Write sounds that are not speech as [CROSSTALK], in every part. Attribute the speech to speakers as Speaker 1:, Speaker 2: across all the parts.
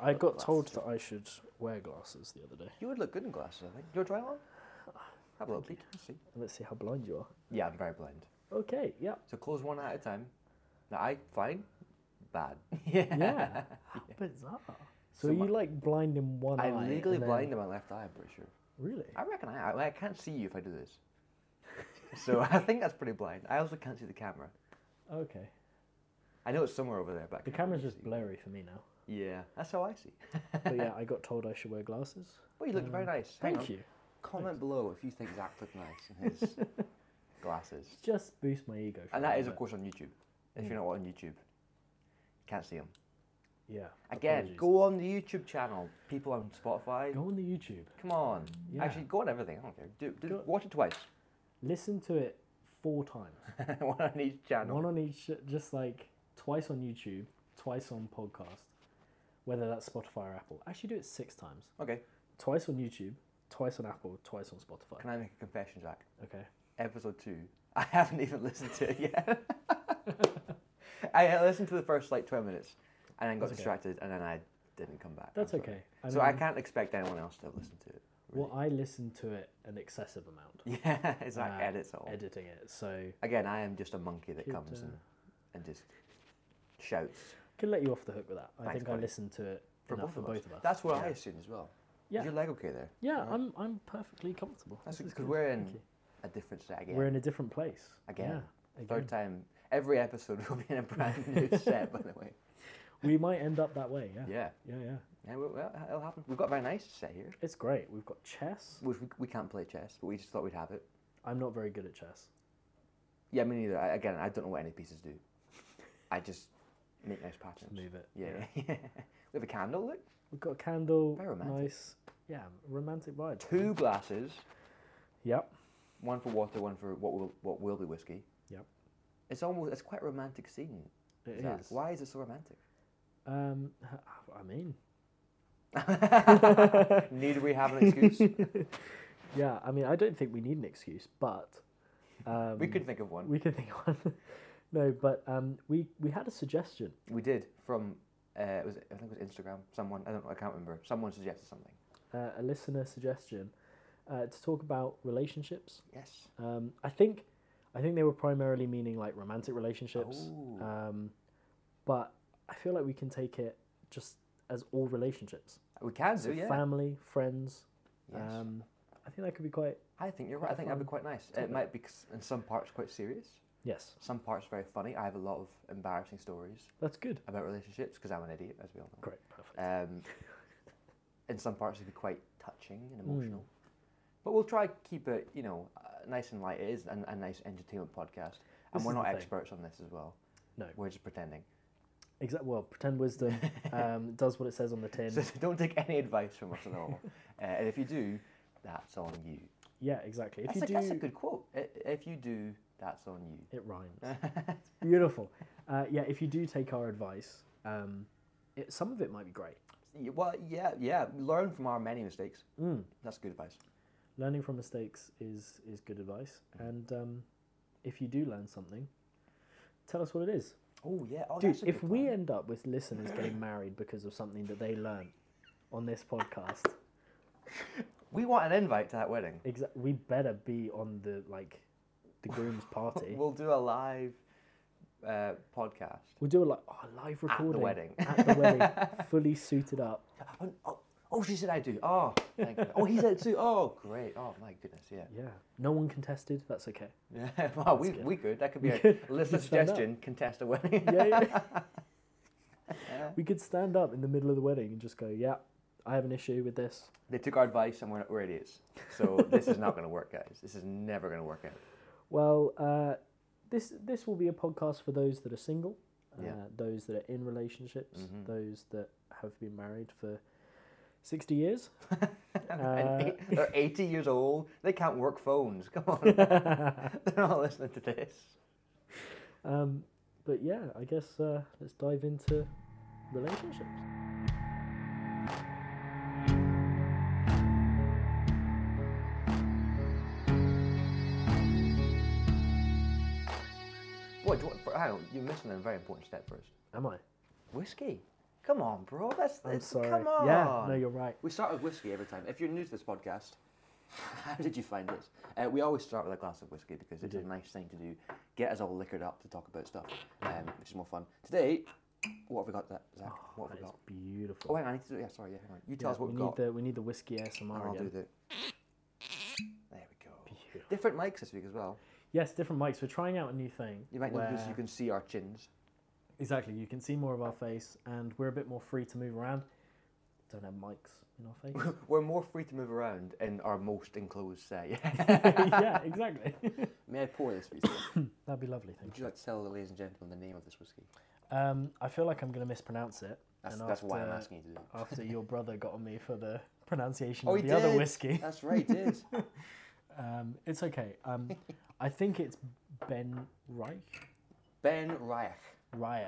Speaker 1: I got told that I should wear glasses the other day.
Speaker 2: You would look good in glasses, I think. Do you want to try one?
Speaker 1: Uh,
Speaker 2: Have a little peek. See.
Speaker 1: Let's see how blind you are.
Speaker 2: Yeah, I'm very blind.
Speaker 1: Okay, yeah.
Speaker 2: So close one at a time. The eye, fine. Bad.
Speaker 1: [LAUGHS]
Speaker 2: [LAUGHS]
Speaker 1: Yeah. How bizarre. So,
Speaker 2: So
Speaker 1: you
Speaker 2: my-
Speaker 1: like blind in one eye.
Speaker 2: I'm legally
Speaker 1: and then-
Speaker 2: blind in my left eye, I'm pretty sure.
Speaker 1: Really?
Speaker 2: I reckon I, I, I can't see you if I do this. [LAUGHS] so I think that's pretty blind. I also can't see the camera.
Speaker 1: Okay.
Speaker 2: I know it's somewhere over there, but I
Speaker 1: The
Speaker 2: can't
Speaker 1: camera's
Speaker 2: really
Speaker 1: just
Speaker 2: see.
Speaker 1: blurry for me now.
Speaker 2: Yeah, that's how I see.
Speaker 1: But yeah, I got told I should wear glasses. [LAUGHS]
Speaker 2: Well, you looked very nice. Hang
Speaker 1: Um, Thank
Speaker 2: on.
Speaker 1: you.
Speaker 2: Comment below if you think Zach looked nice in his
Speaker 1: [LAUGHS]
Speaker 2: glasses.
Speaker 1: Just boost my ego. for
Speaker 2: And
Speaker 1: a
Speaker 2: that
Speaker 1: little
Speaker 2: is, of
Speaker 1: bit.
Speaker 2: course, on YouTube. If
Speaker 1: Hmm.
Speaker 2: you're not on YouTube, you can't see him.
Speaker 1: Yeah.
Speaker 2: Again,
Speaker 1: apologies.
Speaker 2: go on the YouTube channel. People on Spotify,
Speaker 1: Go on the YouTube.
Speaker 2: come on.
Speaker 1: Yeah.
Speaker 2: Actually, go on everything. I don't care. Do, do,
Speaker 1: Go-
Speaker 2: watch it twice. [LAUGHS]
Speaker 1: Listen to it four [LAUGHS] times.
Speaker 2: One on each channel.
Speaker 1: One on each, just like twice on YouTube, twice on podcast, whether that's Spotify or Apple. Actually, do it six times.
Speaker 2: Okay.
Speaker 1: Twice on YouTube, twice on Apple, twice on Spotify.
Speaker 2: Can I make a confession, Zach?
Speaker 1: Okay.
Speaker 2: Episode two. I haven't even listened to it yet. [LAUGHS] I listened to the first like 12 minutes, and then got
Speaker 1: That's okay.
Speaker 2: distracted, and then I didn't come back.
Speaker 1: That's
Speaker 2: I'm sorry.
Speaker 1: okay.
Speaker 2: so I
Speaker 1: mean,
Speaker 2: can't expect anyone else to listen to it. [LAUGHS]
Speaker 1: Well, I listened to it an excessive amount,
Speaker 2: Yeah, it's like
Speaker 1: Uh,
Speaker 2: edits all.
Speaker 1: editing it. So
Speaker 2: Again, I am just a monkey that
Speaker 1: Could,
Speaker 2: comes
Speaker 1: uh,
Speaker 2: and, and just shouts
Speaker 1: can let you off the hook with that. I
Speaker 2: Thanks,
Speaker 1: think I
Speaker 2: buddy.
Speaker 1: listened to it
Speaker 2: for
Speaker 1: enough
Speaker 2: both,
Speaker 1: for
Speaker 2: of
Speaker 1: both
Speaker 2: us.
Speaker 1: of us.
Speaker 2: That's what I
Speaker 1: Yeah.
Speaker 2: assume as well.
Speaker 1: Yeah.
Speaker 2: Is your leg okay there?
Speaker 1: Yeah,
Speaker 2: Alright.
Speaker 1: I'm I'm perfectly comfortable.
Speaker 2: That's
Speaker 1: This is
Speaker 2: because
Speaker 1: good.
Speaker 2: we're in
Speaker 1: Thank you.
Speaker 2: a different set again.
Speaker 1: We're in a different place.
Speaker 2: Again.
Speaker 1: Yeah, again.
Speaker 2: Third time. Every episode [LAUGHS] will be in a brand new
Speaker 1: [LAUGHS]
Speaker 2: set, by the way.
Speaker 1: We might end up that way. Yeah.
Speaker 2: Yeah.
Speaker 1: Yeah, yeah.
Speaker 2: Yeah, well, well, it'll happen. We've got a very nice set here.
Speaker 1: It's great. We've got chess.
Speaker 2: Which we, we can't play chess, but we just thought we'd have it.
Speaker 1: I'm not very good at chess.
Speaker 2: Yeah, me neither. I, again, I don't know what any
Speaker 1: [LAUGHS]
Speaker 2: pieces do. I just make nice patterns.
Speaker 1: Just move it.
Speaker 2: Yeah. yeah. [LAUGHS] we have a candle, look.
Speaker 1: We've got a candle.
Speaker 2: Very romantic.
Speaker 1: Nice. Yeah, romantic vibe.
Speaker 2: Two glasses.
Speaker 1: Yep.
Speaker 2: One for water, one for what will what will be whiskey.
Speaker 1: Yep.
Speaker 2: It's almost it's quite a romantic scene.
Speaker 1: It is.
Speaker 2: Zach. Why is it so romantic?
Speaker 1: Um, h- I mean, [LAUGHS]
Speaker 2: Need we have an excuse?
Speaker 1: yeah. I mean, I don't think we need an excuse, but um,
Speaker 2: we could think of one.
Speaker 1: we could [LAUGHS] think of one. no, but um, we we had a suggestion.
Speaker 2: We did from uh, was it, I think it was Instagram. Someone I don't know. I can't remember. Someone suggested something.
Speaker 1: uh, a listener suggestion uh, to talk about relationships.
Speaker 2: Yes.
Speaker 1: Um, I think I think they were primarily meaning like romantic relationships,
Speaker 2: Ooh.
Speaker 1: um, but I feel like we can take it just as all relationships,
Speaker 2: We can do.
Speaker 1: so
Speaker 2: Yeah.
Speaker 1: family, friends.
Speaker 2: yes.
Speaker 1: Um, I think that could be quite
Speaker 2: I think you're right.
Speaker 1: quite
Speaker 2: I think that'd be
Speaker 1: fun
Speaker 2: quite nice. It
Speaker 1: topic.
Speaker 2: might be c- in some parts quite serious.
Speaker 1: yes,
Speaker 2: Some parts very funny. I have a lot of embarrassing stories
Speaker 1: that's good.
Speaker 2: about relationships because I'm an idiot, as we all know.
Speaker 1: Great, perfect.
Speaker 2: Um, in some parts, it'd be quite touching and
Speaker 1: Hmm.
Speaker 2: emotional. But we'll try keep it, you know, uh, nice and light. It is a, a nice entertainment podcast, and
Speaker 1: This
Speaker 2: we're
Speaker 1: is
Speaker 2: not
Speaker 1: the thing.
Speaker 2: experts on this as well.
Speaker 1: No.
Speaker 2: we're just pretending.
Speaker 1: Exact. Well, pretend wisdom
Speaker 2: [LAUGHS]
Speaker 1: um, does what it says on the tin.
Speaker 2: So [LAUGHS] don't take any advice from us
Speaker 1: [LAUGHS]
Speaker 2: at all. uh, and if you do, that's on you.
Speaker 1: Yeah, exactly. If
Speaker 2: that's,
Speaker 1: you
Speaker 2: a,
Speaker 1: do,
Speaker 2: that's a good quote. I- If you do, that's on you.
Speaker 1: It rhymes.
Speaker 2: [LAUGHS]
Speaker 1: It's Beautiful. Uh, yeah, if you do take our advice, um, it, some of it might be great.
Speaker 2: Y- Well, yeah, yeah. Learn from our many mistakes.
Speaker 1: Mm.
Speaker 2: That's good advice.
Speaker 1: Learning from mistakes is is good advice, and um, if you do learn something, tell us what it is,
Speaker 2: Oh yeah. Oh,
Speaker 1: dude.
Speaker 2: that's a
Speaker 1: If
Speaker 2: good
Speaker 1: we
Speaker 2: plan.
Speaker 1: end up with listeners
Speaker 2: [LAUGHS]
Speaker 1: getting married because of something that they learned on this podcast,
Speaker 2: we want an invite to that wedding,
Speaker 1: exa- we better be on the like the groom's
Speaker 2: [LAUGHS]
Speaker 1: party.
Speaker 2: we'll do a live uh, podcast.
Speaker 1: We'll do a like oh, a live recording
Speaker 2: wedding.
Speaker 1: at the
Speaker 2: [LAUGHS]
Speaker 1: wedding, fully suited up.
Speaker 2: Oh, oh, oh, she said I do. Oh, thank God. [LAUGHS] oh, he said too. Oh, great. Oh my goodness. Yeah.
Speaker 1: Yeah, no one contested. That's okay.
Speaker 2: [LAUGHS] Yeah. Wow. We,
Speaker 1: good.
Speaker 2: we could. That could
Speaker 1: We
Speaker 2: be [LAUGHS] a
Speaker 1: could-
Speaker 2: listener
Speaker 1: we stand up.
Speaker 2: suggestion. Contest a wedding.
Speaker 1: Yeah, yeah. we could stand up in the middle of the wedding and just go, yeah, I have an issue with this.
Speaker 2: [LAUGHS] They took our advice and we're, we're idiots. So this is not going to work, guys. This is never going to work out. [LAUGHS]
Speaker 1: Well, uh, this this will be a podcast for those that are single,
Speaker 2: Yeah.
Speaker 1: uh, those that are in relationships,
Speaker 2: Mhm.
Speaker 1: those that have been married for sixty
Speaker 2: [LAUGHS]
Speaker 1: years. Uh,
Speaker 2: and eight, they're 80 years old. They can't work phones. Come
Speaker 1: [LAUGHS]
Speaker 2: on. [LAUGHS] they're not listening to this.
Speaker 1: Um, but yeah, I guess uh, let's dive into relationships.
Speaker 2: What? do you want- hang on. You're missing a very important step first.
Speaker 1: Am I?
Speaker 2: Whiskey. Come on, bro. That's,
Speaker 1: I'm
Speaker 2: that's
Speaker 1: sorry.
Speaker 2: Come on.
Speaker 1: Yeah, no, you're right.
Speaker 2: We start with whiskey every time. If you're new to this podcast, [LAUGHS] how did you find this? Uh, we always start with a glass of whiskey because it's a
Speaker 1: Mm-hmm.
Speaker 2: nice thing to do. Get us all liquored up to talk about stuff, um, which is more fun. Today, what have we got, that, Zach? what have
Speaker 1: That is
Speaker 2: we got?
Speaker 1: beautiful.
Speaker 2: Oh, hang on, I need to do Yeah, sorry. Yeah, hang on. You tell
Speaker 1: Yeah,
Speaker 2: us what
Speaker 1: we
Speaker 2: we've
Speaker 1: need
Speaker 2: got.
Speaker 1: the we need the whiskey
Speaker 2: and
Speaker 1: ASMR
Speaker 2: I'll do
Speaker 1: again.
Speaker 2: the. There we go. Different mics this week as well.
Speaker 1: [LAUGHS] Yes, different mics. We're trying out a new thing.
Speaker 2: You might notice
Speaker 1: where-
Speaker 2: you can see our chins.
Speaker 1: Exactly. You can see more of our face, and we're a bit more free to move around. Don't have mics in our
Speaker 2: [LAUGHS]
Speaker 1: face. [LAUGHS]
Speaker 2: We're more free to move around in our most enclosed
Speaker 1: [LAUGHS]
Speaker 2: set. [LAUGHS]
Speaker 1: yeah, exactly. [LAUGHS]
Speaker 2: May I pour this whiskey?
Speaker 1: That'd be lovely. Thank
Speaker 2: Would you like to tell the ladies and gentlemen the name of this whiskey?
Speaker 1: you. Um, I feel like I'm going to mispronounce it.
Speaker 2: That's,
Speaker 1: and
Speaker 2: that's why I'm
Speaker 1: after-
Speaker 2: asking you to do it.
Speaker 1: [LAUGHS] After your brother got on me for the pronunciation
Speaker 2: Oh,
Speaker 1: of
Speaker 2: he
Speaker 1: the other
Speaker 2: did.
Speaker 1: whiskey.
Speaker 2: [LAUGHS] That's right, it is.
Speaker 1: [LAUGHS] Um, it's okay. Um, I think it's Ben Reich.
Speaker 2: Ben Reich.
Speaker 1: Reich.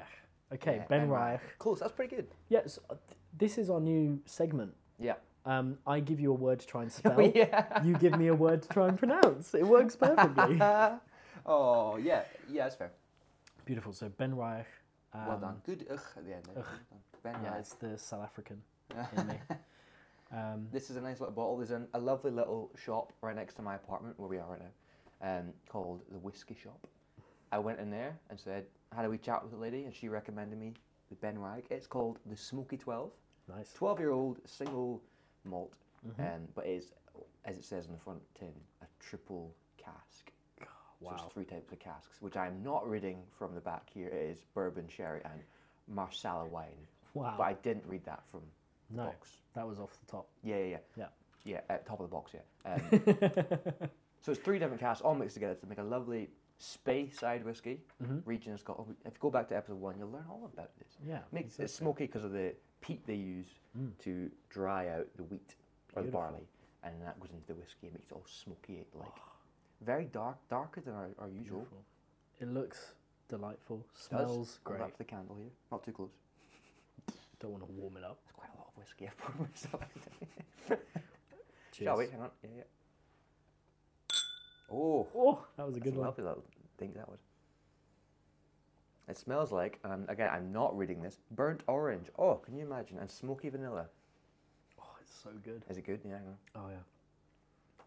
Speaker 1: Okay,
Speaker 2: Yeah,
Speaker 1: Ben, Reich.
Speaker 2: Close, that's pretty good.
Speaker 1: Yes, uh th- this is our new segment.
Speaker 2: Yeah.
Speaker 1: Um, I give you a word to
Speaker 2: [LAUGHS]
Speaker 1: try and
Speaker 2: Oh.
Speaker 1: spell.
Speaker 2: yeah.
Speaker 1: You give me a word to try and pronounce. It works perfectly.
Speaker 2: [LAUGHS] oh, yeah, yeah, that's fair.
Speaker 1: Beautiful. So Ben Reich. Um,
Speaker 2: well done. Good ugh at the end. there. Ben
Speaker 1: Yeah,
Speaker 2: Reich.
Speaker 1: it's the South
Speaker 2: [LAUGHS]
Speaker 1: African in me. Um,
Speaker 2: This is a nice little bottle. There's an, a lovely little shop right next to my apartment where we are right now um, called the Whiskey Shop. I went in there and said, had a wee chat with the lady, and she recommended me the Ben Reich. It's called the Smoky 12.
Speaker 1: nice.
Speaker 2: 12 year old single malt,
Speaker 1: Mm-hmm.
Speaker 2: um, but it is, as it says on the front tin, a triple cask. So
Speaker 1: Wow.
Speaker 2: it's three types of casks, which I'm not reading from the back here. It is bourbon, sherry, and Marsala wine.
Speaker 1: Wow.
Speaker 2: But I didn't read that from the
Speaker 1: No.
Speaker 2: box.
Speaker 1: That was off the top.
Speaker 2: Yeah, yeah, yeah.
Speaker 1: Yeah.
Speaker 2: Yeah, at top of the box, yeah. Um,
Speaker 1: [LAUGHS]
Speaker 2: so it's three different casks all mixed together to make a lovely space side whiskey.
Speaker 1: Mm-hmm.
Speaker 2: Region of Scotland. If you go back to episode one, you'll learn all about this.
Speaker 1: Yeah,
Speaker 2: Makes it smoky because of the peat they use
Speaker 1: Mm.
Speaker 2: to dry out the wheat or the barley, and then that goes into the whiskey and makes it all smoky like. Very dark, darker than our, our usual.
Speaker 1: Ah. Beautiful. It looks delightful.
Speaker 2: Does.
Speaker 1: Smells
Speaker 2: Hold
Speaker 1: great.
Speaker 2: up the candle here. Not too close.
Speaker 1: Don't want to warm it up.
Speaker 2: That's quite a lot of whiskey I poured [LAUGHS] myself.
Speaker 1: Cheers.
Speaker 2: Shall we? Hang on. Yeah, yeah. Oh.
Speaker 1: Oh, that was a
Speaker 2: That's
Speaker 1: good
Speaker 2: a
Speaker 1: one.
Speaker 2: lovely little thing that was. It smells like, and again, I'm not reading this, burnt orange. Oh, can you imagine? And smoky vanilla.
Speaker 1: Oh, it's so good.
Speaker 2: Is it good? Yeah. hang on.
Speaker 1: Oh yeah.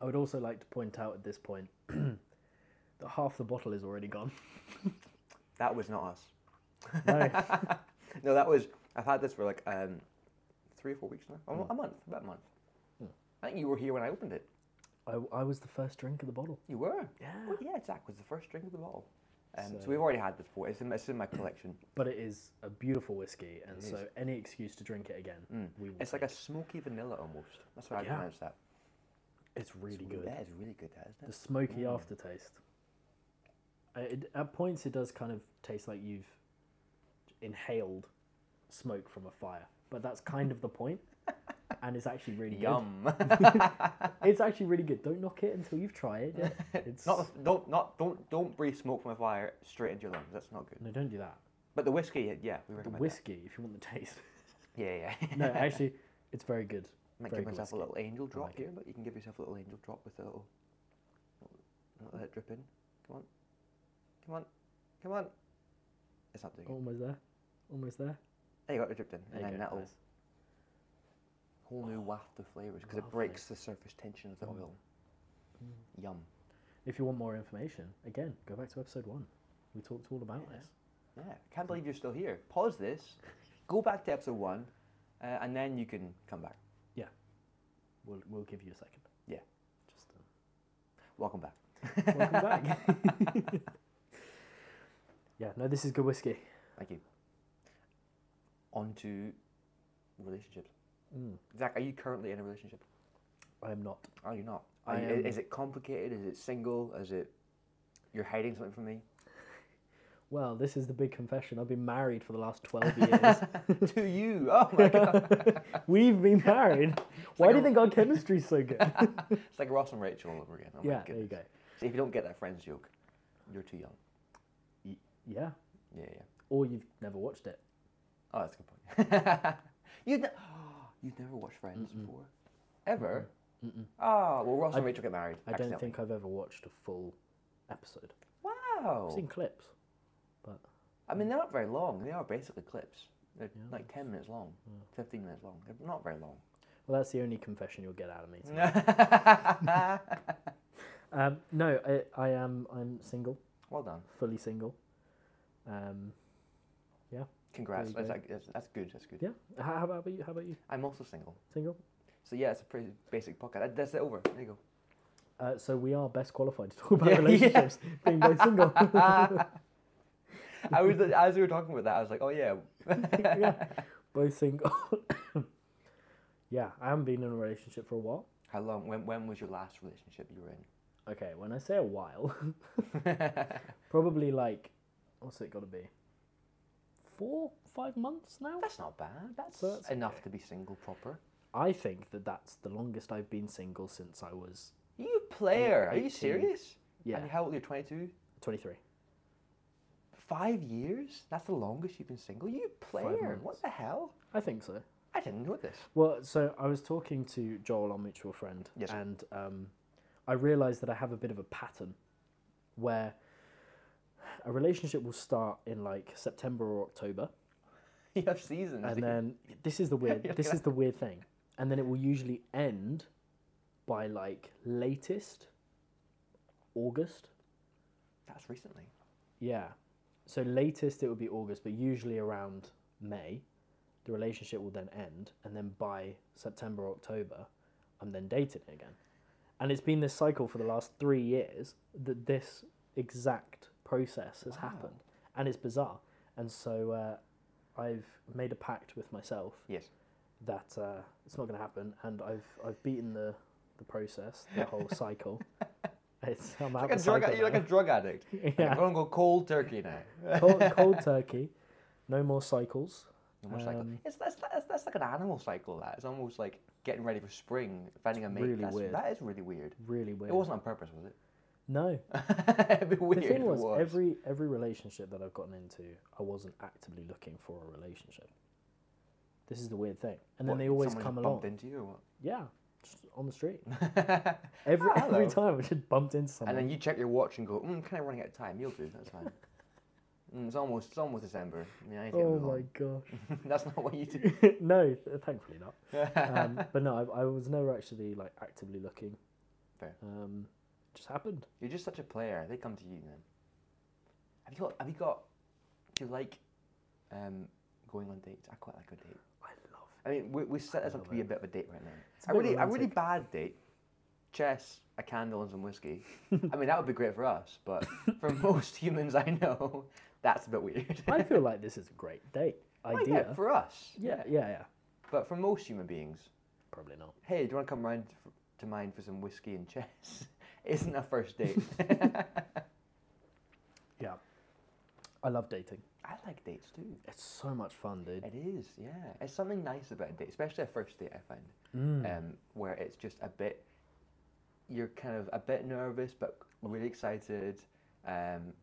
Speaker 1: I would also like to point out at this point [CLEARS THROAT] that half the bottle is already gone.
Speaker 2: That was not us.
Speaker 1: No.
Speaker 2: [LAUGHS] No, that was. I've had this for like um, three or four weeks now. Oh,
Speaker 1: Hmm.
Speaker 2: A month, about a month. I think you were here when I opened it.
Speaker 1: [LAUGHS] I, I was the first drink of the bottle.
Speaker 2: You were.
Speaker 1: Yeah.
Speaker 2: Well, yeah, Zach was the first drink of the bottle. Um, so,
Speaker 1: So-
Speaker 2: we've already had this before. It's in, it's in my collection.
Speaker 1: But it is a beautiful whiskey, and so any excuse to drink it again, we will.
Speaker 2: Mm. It's like a smoky vanilla almost. That's what I
Speaker 1: Yeah.
Speaker 2: pronounced that.
Speaker 1: it's really good.
Speaker 2: That is really good, that, isn't
Speaker 1: The
Speaker 2: it?
Speaker 1: smoky
Speaker 2: Mm.
Speaker 1: aftertaste. Uh, It, at points, it does kind of taste like you've inhaled smoke from a fire, but that's kind of the
Speaker 2: [LAUGHS]
Speaker 1: point, and it's actually really
Speaker 2: Yum.
Speaker 1: good. It's actually really good. Don't knock it until you've tried
Speaker 2: [LAUGHS]
Speaker 1: it. It's
Speaker 2: [LAUGHS] Not the- don't not don't don't breathe smoke from a fire straight into your lungs. That's not good.
Speaker 1: no, don't do that.
Speaker 2: But the whiskey, yeah, we
Speaker 1: The
Speaker 2: recommend.
Speaker 1: whiskey, if you want the
Speaker 2: [LAUGHS]
Speaker 1: taste.
Speaker 2: that. Yeah, yeah.
Speaker 1: No, actually, it's very good.
Speaker 2: Might
Speaker 1: very
Speaker 2: give
Speaker 1: good
Speaker 2: myself a
Speaker 1: whiskey.
Speaker 2: little angel drop
Speaker 1: like it.
Speaker 2: here, but you can give yourself a little angel drop with a little. Not let it drip in. Come on, come on, come on. It's not doing it.
Speaker 1: Almost there. Almost there.
Speaker 2: There you go, it dripped in,
Speaker 1: Oh. There
Speaker 2: and
Speaker 1: you
Speaker 2: then
Speaker 1: go,
Speaker 2: that'll
Speaker 1: nice.
Speaker 2: whole new waft of flavors because it
Speaker 1: Lovely.
Speaker 2: breaks the surface tension
Speaker 1: Mm.
Speaker 2: of the oil. Yum.
Speaker 1: If you want more information, again, go back to episode one. We talked all about
Speaker 2: Yeah.
Speaker 1: this.
Speaker 2: Yeah,
Speaker 1: Mm.
Speaker 2: can't believe you're still here.
Speaker 1: [LAUGHS]
Speaker 2: Pause this, go back to episode one, uh, and then you can come back.
Speaker 1: Yeah. We'll, we'll give you a second.
Speaker 2: Yeah.
Speaker 1: Just uh,
Speaker 2: Welcome back.
Speaker 1: welcome back. [LAUGHS] yeah, no, this is good whiskey.
Speaker 2: Thank you. On to relationships.
Speaker 1: Mm,
Speaker 2: Zach, are you currently in a relationship?
Speaker 1: I am not.
Speaker 2: Are you not? Are
Speaker 1: I
Speaker 2: you,
Speaker 1: am-
Speaker 2: Is it complicated? Is it single? Is it you're hiding something from me?
Speaker 1: [LAUGHS] Well, this is the big confession. I've been married for the last 12
Speaker 2: [LAUGHS]
Speaker 1: years.
Speaker 2: to you? Oh
Speaker 1: [LAUGHS]
Speaker 2: my god!
Speaker 1: We've been married. Why do you
Speaker 2: a-
Speaker 1: think our chemistry's so
Speaker 2: [LAUGHS]
Speaker 1: good?
Speaker 2: It's like Ross and Rachel all over again. Oh my
Speaker 1: yeah, there you
Speaker 2: goodness.
Speaker 1: go.
Speaker 2: See, if you don't get that friends joke, you're too young.
Speaker 1: Y- yeah.
Speaker 2: Yeah, yeah.
Speaker 1: Or you've never watched it.
Speaker 2: Oh, that's a good point. [LAUGHS] you ne- [GASPS] you've never watched Friends before, ever? Ah, well, Ross and Rachel get married.
Speaker 1: I don't
Speaker 2: accidentally.
Speaker 1: think I've ever watched a full episode.
Speaker 2: Wow. Oh.
Speaker 1: I've seen clips, but
Speaker 2: I mean, they're not very long. They are basically clips. They're
Speaker 1: Yeah,
Speaker 2: like 10 minutes long, 15 minutes long. They're not very long.
Speaker 1: Well, that's the only confession you'll get out of me. tonight.
Speaker 2: [LAUGHS]
Speaker 1: Um, no, I, I am. I'm single,
Speaker 2: well done.
Speaker 1: fully single. Um,
Speaker 2: Congrats.
Speaker 1: you
Speaker 2: That's,
Speaker 1: go.
Speaker 2: like, that's, that's good. That's good.
Speaker 1: yeah. How, how about you? How about you?
Speaker 2: I'm also single.
Speaker 1: Single.
Speaker 2: So, yeah, it's a pretty basic podcast. That- That's it over. There you go.
Speaker 1: Uh, so we are best qualified to talk about
Speaker 2: [LAUGHS] Yeah, yeah.
Speaker 1: relationships, being both single.
Speaker 2: [LAUGHS]
Speaker 1: [LAUGHS]
Speaker 2: I was, as we were talking about that, I was like, oh, yeah.
Speaker 1: yeah, both single. [COUGHS] yeah, I haven't been in a relationship for a while.
Speaker 2: How long? When, when was your last relationship you were
Speaker 1: Okay, when I say a while, [LAUGHS]
Speaker 2: in?
Speaker 1: probably like, what's it got to be? Four, five months now.
Speaker 2: that's not bad. That's,
Speaker 1: So that's
Speaker 2: enough
Speaker 1: okay.
Speaker 2: to be single proper.
Speaker 1: I think that that's the longest I've been single since I was
Speaker 2: You player. Are you
Speaker 1: 18.
Speaker 2: serious?
Speaker 1: yeah
Speaker 2: And how old are you? 22?
Speaker 1: 23.
Speaker 2: Five years? That's the longest you've been single? You player. What
Speaker 1: months.
Speaker 2: the hell?
Speaker 1: I think so.
Speaker 2: I didn't know this. [LAUGHS]
Speaker 1: Well, so I was talking to Joel, our mutual friend,
Speaker 2: Yes, sir.
Speaker 1: and um, I realised that I have a bit of a pattern where a relationship will start in like September or October,
Speaker 2: You have seasons.
Speaker 1: and
Speaker 2: you-
Speaker 1: then this is the
Speaker 2: [LAUGHS]
Speaker 1: weird
Speaker 2: You're
Speaker 1: this
Speaker 2: gonna-
Speaker 1: is the weird thing, and then it will usually end by like latest August.
Speaker 2: That's recently.
Speaker 1: Yeah, so latest it would be August, but usually around May, the relationship will then end, and then by September October, I'm then dating again. And it's been this cycle for the last three years that this exact process has happened, and it's bizarre. And so uh, I've made a pact with myself
Speaker 2: Yes.
Speaker 1: that uh, it's not going to happen, and I've I've beaten the the process, the
Speaker 2: [LAUGHS]
Speaker 1: whole cycle. It's I'm out
Speaker 2: Like a
Speaker 1: the
Speaker 2: drug,
Speaker 1: cycle
Speaker 2: you're like a
Speaker 1: now.
Speaker 2: drug addict.
Speaker 1: [LAUGHS] Yeah.
Speaker 2: I'm going to go cold turkey now. [LAUGHS]
Speaker 1: cold, cold turkey, no more cycles.
Speaker 2: No more cycle.
Speaker 1: Um,
Speaker 2: It's, that's, that's, that's like an animal cycle, that. It's almost like getting ready for spring, finding a mate.
Speaker 1: really
Speaker 2: that's,
Speaker 1: weird.
Speaker 2: That is really weird.
Speaker 1: Really weird.
Speaker 2: It wasn't on purpose, was it? [LAUGHS]
Speaker 1: no.
Speaker 2: It'd be
Speaker 1: The
Speaker 2: weird if
Speaker 1: thing
Speaker 2: it
Speaker 1: was, every every relationship that I've gotten into, I wasn't actively looking for a relationship. This is the weird thing, and then
Speaker 2: What,
Speaker 1: they always
Speaker 2: someone
Speaker 1: come
Speaker 2: you
Speaker 1: along.
Speaker 2: bumped into you or what?
Speaker 1: Yeah, just on the street.
Speaker 2: [LAUGHS] and
Speaker 1: [LAUGHS] Every
Speaker 2: Ah,
Speaker 1: every
Speaker 2: hello.
Speaker 1: time I just bumped into someone.
Speaker 2: then you check your watch and go, mm, kind of running out of time. You'll do.
Speaker 1: [LAUGHS]
Speaker 2: That's fine. Mm, it's almost it's almost December. I mean, I need to get
Speaker 1: oh
Speaker 2: moving
Speaker 1: my
Speaker 2: on.
Speaker 1: gosh.
Speaker 2: [LAUGHS] That's not what you do.
Speaker 1: [LAUGHS] no, th- thankfully
Speaker 2: [LAUGHS]
Speaker 1: not. Um, but no, I, I was never actually like actively looking.
Speaker 2: Fair.
Speaker 1: Um, it just happened.
Speaker 2: You're just such a player. They come to you then. Have you got? Have you got? Do you like um, going on dates? I quite like a date.
Speaker 1: I love.
Speaker 2: I mean, we, we set this up to
Speaker 1: love
Speaker 2: be a bit of a date right now.
Speaker 1: It's a
Speaker 2: A
Speaker 1: bit
Speaker 2: really, a really bad date. Chess, a candle, and some whiskey. I mean, that would be great for us,
Speaker 1: [LAUGHS]
Speaker 2: but for most humans I know, that's a bit weird.
Speaker 1: I feel like this is a great date
Speaker 2: [LAUGHS] Like,
Speaker 1: idea.
Speaker 2: yeah, for us.
Speaker 1: yeah, yeah, yeah.
Speaker 2: But for most human beings,
Speaker 1: Probably not.
Speaker 2: hey, do you want to come round f- to mine for some whiskey and chess? [LAUGHS] Isn't a first date. [LAUGHS]
Speaker 1: Yeah. I love dating.
Speaker 2: I like dates too.
Speaker 1: It's so much fun, dude.
Speaker 2: It is, yeah. It's something nice about a date, especially a first date. I find,
Speaker 1: Hmm. mm,
Speaker 2: um, where it's just a bit. You're kind of a bit nervous, but really excited, um,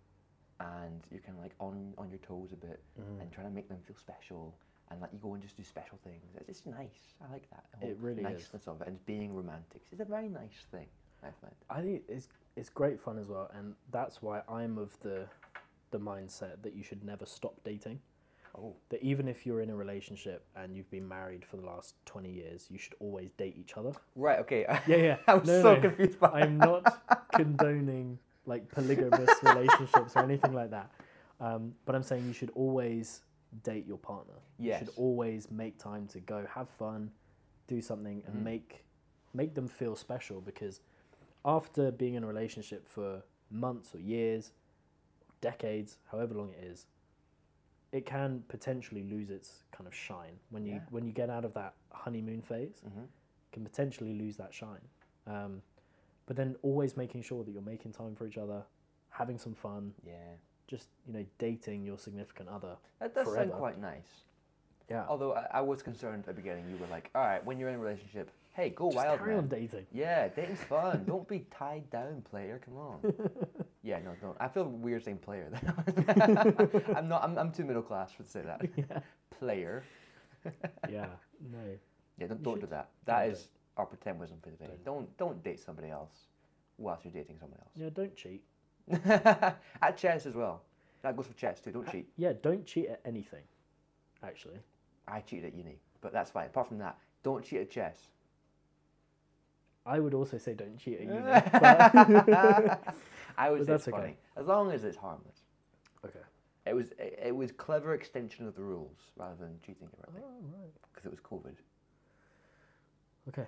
Speaker 2: and you're kind of like on on your toes a bit,
Speaker 1: Hmm. mm.
Speaker 2: and trying to make them feel special, and like you go and just do special things. It's just nice. I like that. the
Speaker 1: It
Speaker 2: whole
Speaker 1: really is.
Speaker 2: niceness of it, and being romantic. It's a very nice thing. I find.
Speaker 1: I think it's it's great fun as well, and that's why I'm of the the mindset that you should never stop dating.
Speaker 2: Oh.
Speaker 1: That even if you're in a relationship and you've been married for the last 20 years, you should always date each other.
Speaker 2: Right. Okay.
Speaker 1: [LAUGHS]
Speaker 2: [LAUGHS]
Speaker 1: Yeah, yeah.
Speaker 2: I was
Speaker 1: No,
Speaker 2: so
Speaker 1: no.
Speaker 2: confused by
Speaker 1: [LAUGHS] I'm not condoning like
Speaker 2: [LAUGHS]
Speaker 1: polygamous relationships or anything like that. Um, but I'm saying you should always date your partner. You
Speaker 2: Yes.
Speaker 1: should always make time to go have fun, do something,
Speaker 2: Mm.
Speaker 1: and make make them feel special because after being in a relationship for months or years, decades, however long it is, it can potentially lose its kind of shine when you
Speaker 2: Yeah.
Speaker 1: when you get out of that honeymoon phase
Speaker 2: Mhm.
Speaker 1: can potentially lose that shine. Um, but then always making sure that you're making time for each other, having some fun,
Speaker 2: Yeah.
Speaker 1: just you know dating your significant other.
Speaker 2: That does
Speaker 1: Forever.
Speaker 2: sound quite nice.
Speaker 1: Yeah,
Speaker 2: Although I, I was concerned at the beginning, you were like, "All right, when you're in a relationship, hey, go
Speaker 1: just
Speaker 2: wild,
Speaker 1: carry
Speaker 2: man.
Speaker 1: on dating. [LAUGHS]
Speaker 2: Yeah, dating's fun. Don't be tied down, player. Come on. yeah, no, don't. I feel weird saying player. then. I'm not. I'm, I'm too middle class to say that.
Speaker 1: Yeah.
Speaker 2: Player.
Speaker 1: yeah, no,
Speaker 2: Yeah, don't,
Speaker 1: You
Speaker 2: don't do
Speaker 1: should.
Speaker 2: that. That
Speaker 1: Don't
Speaker 2: is our pretend wisdom for today. Don't don't date somebody else whilst you're dating someone
Speaker 1: yeah, don't cheat.
Speaker 2: [LAUGHS] else. At chess as well. That goes for chess too. Don't cheat.
Speaker 1: Yeah, don't cheat at anything. actually.
Speaker 2: I cheated at uni, but that's fine. Apart from that, don't cheat at chess.
Speaker 1: I would also say don't cheat at uni. but- [LAUGHS]
Speaker 2: [LAUGHS] I
Speaker 1: But
Speaker 2: would say it's
Speaker 1: that's okay.
Speaker 2: funny as long as it's harmless.
Speaker 1: okay.
Speaker 2: It was it, it was clever extension of the rules rather than cheating directly
Speaker 1: right.
Speaker 2: because it was COVID.
Speaker 1: Oh. Okay.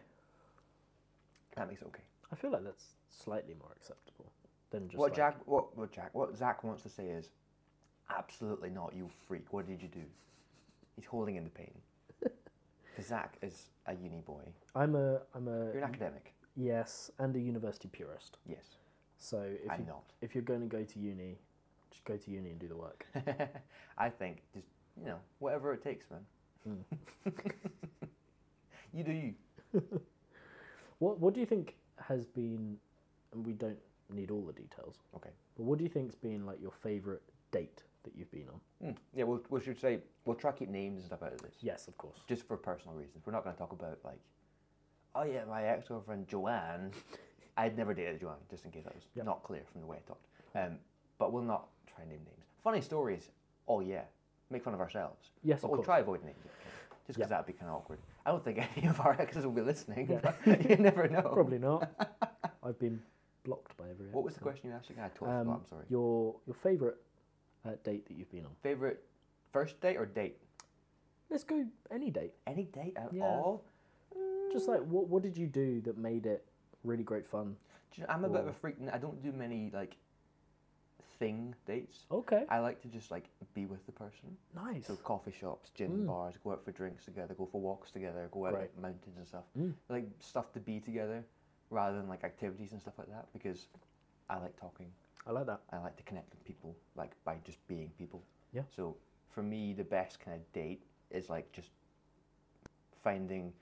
Speaker 2: That makes it okay.
Speaker 1: I feel like that's slightly more acceptable than just
Speaker 2: what
Speaker 1: like,
Speaker 2: Jack what what Jack what Zach wants to say is absolutely not. You freak! What did you do? He's holding in the pain.
Speaker 1: [LAUGHS]
Speaker 2: 'Cause Zach is a uni boy.
Speaker 1: I'm a I'm
Speaker 2: You're an
Speaker 1: a
Speaker 2: academic.
Speaker 1: yes and a university purist.
Speaker 2: Yes,
Speaker 1: So if
Speaker 2: I'm
Speaker 1: you, if you're going to go to uni, just go to uni and do the work.
Speaker 2: not. [LAUGHS] I think just you know whatever it takes, man.
Speaker 1: Hmm.
Speaker 2: [LAUGHS] you do you.
Speaker 1: What what do you think has been and we don't need all the details.
Speaker 2: Okay.
Speaker 1: But what do you think's been like your favorite date that you've been on?
Speaker 2: Mm. Yeah, we'll, we should say we'll try to keep names and stuff out of this.
Speaker 1: Yes, of course.
Speaker 2: just for personal reasons. We're not going to talk about like, oh yeah, my ex girlfriend Joanne.
Speaker 1: [LAUGHS]
Speaker 2: I'd never dated Joanne, just in case that was
Speaker 1: Yep.
Speaker 2: not clear from the way I talked. Um, but we'll not try and name names. Funny stories. Oh yeah, make fun of ourselves.
Speaker 1: Yes,
Speaker 2: but
Speaker 1: of
Speaker 2: we'll
Speaker 1: course.
Speaker 2: try avoid names, just because
Speaker 1: Yep.
Speaker 2: that'd be kind of awkward. I don't think [LAUGHS] any of our exes will be listening.
Speaker 1: Yeah.
Speaker 2: But [LAUGHS] you never know.
Speaker 1: Probably
Speaker 2: [LAUGHS]
Speaker 1: not. I've been blocked by every.
Speaker 2: What was the
Speaker 1: episode.
Speaker 2: question you asked again? I totally
Speaker 1: Um,
Speaker 2: forgot. I'm sorry.
Speaker 1: Your your favorite uh, date that you've been on?
Speaker 2: Favorite first date or date?
Speaker 1: Let's go any date.
Speaker 2: Any date at
Speaker 1: Yeah.
Speaker 2: all?
Speaker 1: Just like what what did you do that made it really great fun?
Speaker 2: Do you know, I'm a bit of
Speaker 1: Or-
Speaker 2: a freak. and I don't do many like thing dates.
Speaker 1: Okay,
Speaker 2: I like to just like be with the person.
Speaker 1: nice.
Speaker 2: So coffee shops, gin
Speaker 1: Mm.
Speaker 2: bars, go out for drinks together, go for walks together, go out
Speaker 1: Great.
Speaker 2: like mountains and stuff.
Speaker 1: Mm.
Speaker 2: Like stuff to be together rather than like activities and stuff like that because I like talking.
Speaker 1: I like that.
Speaker 2: I like to connect with people like by just being people.
Speaker 1: Yeah.
Speaker 2: So for me the best kind of date is like just finding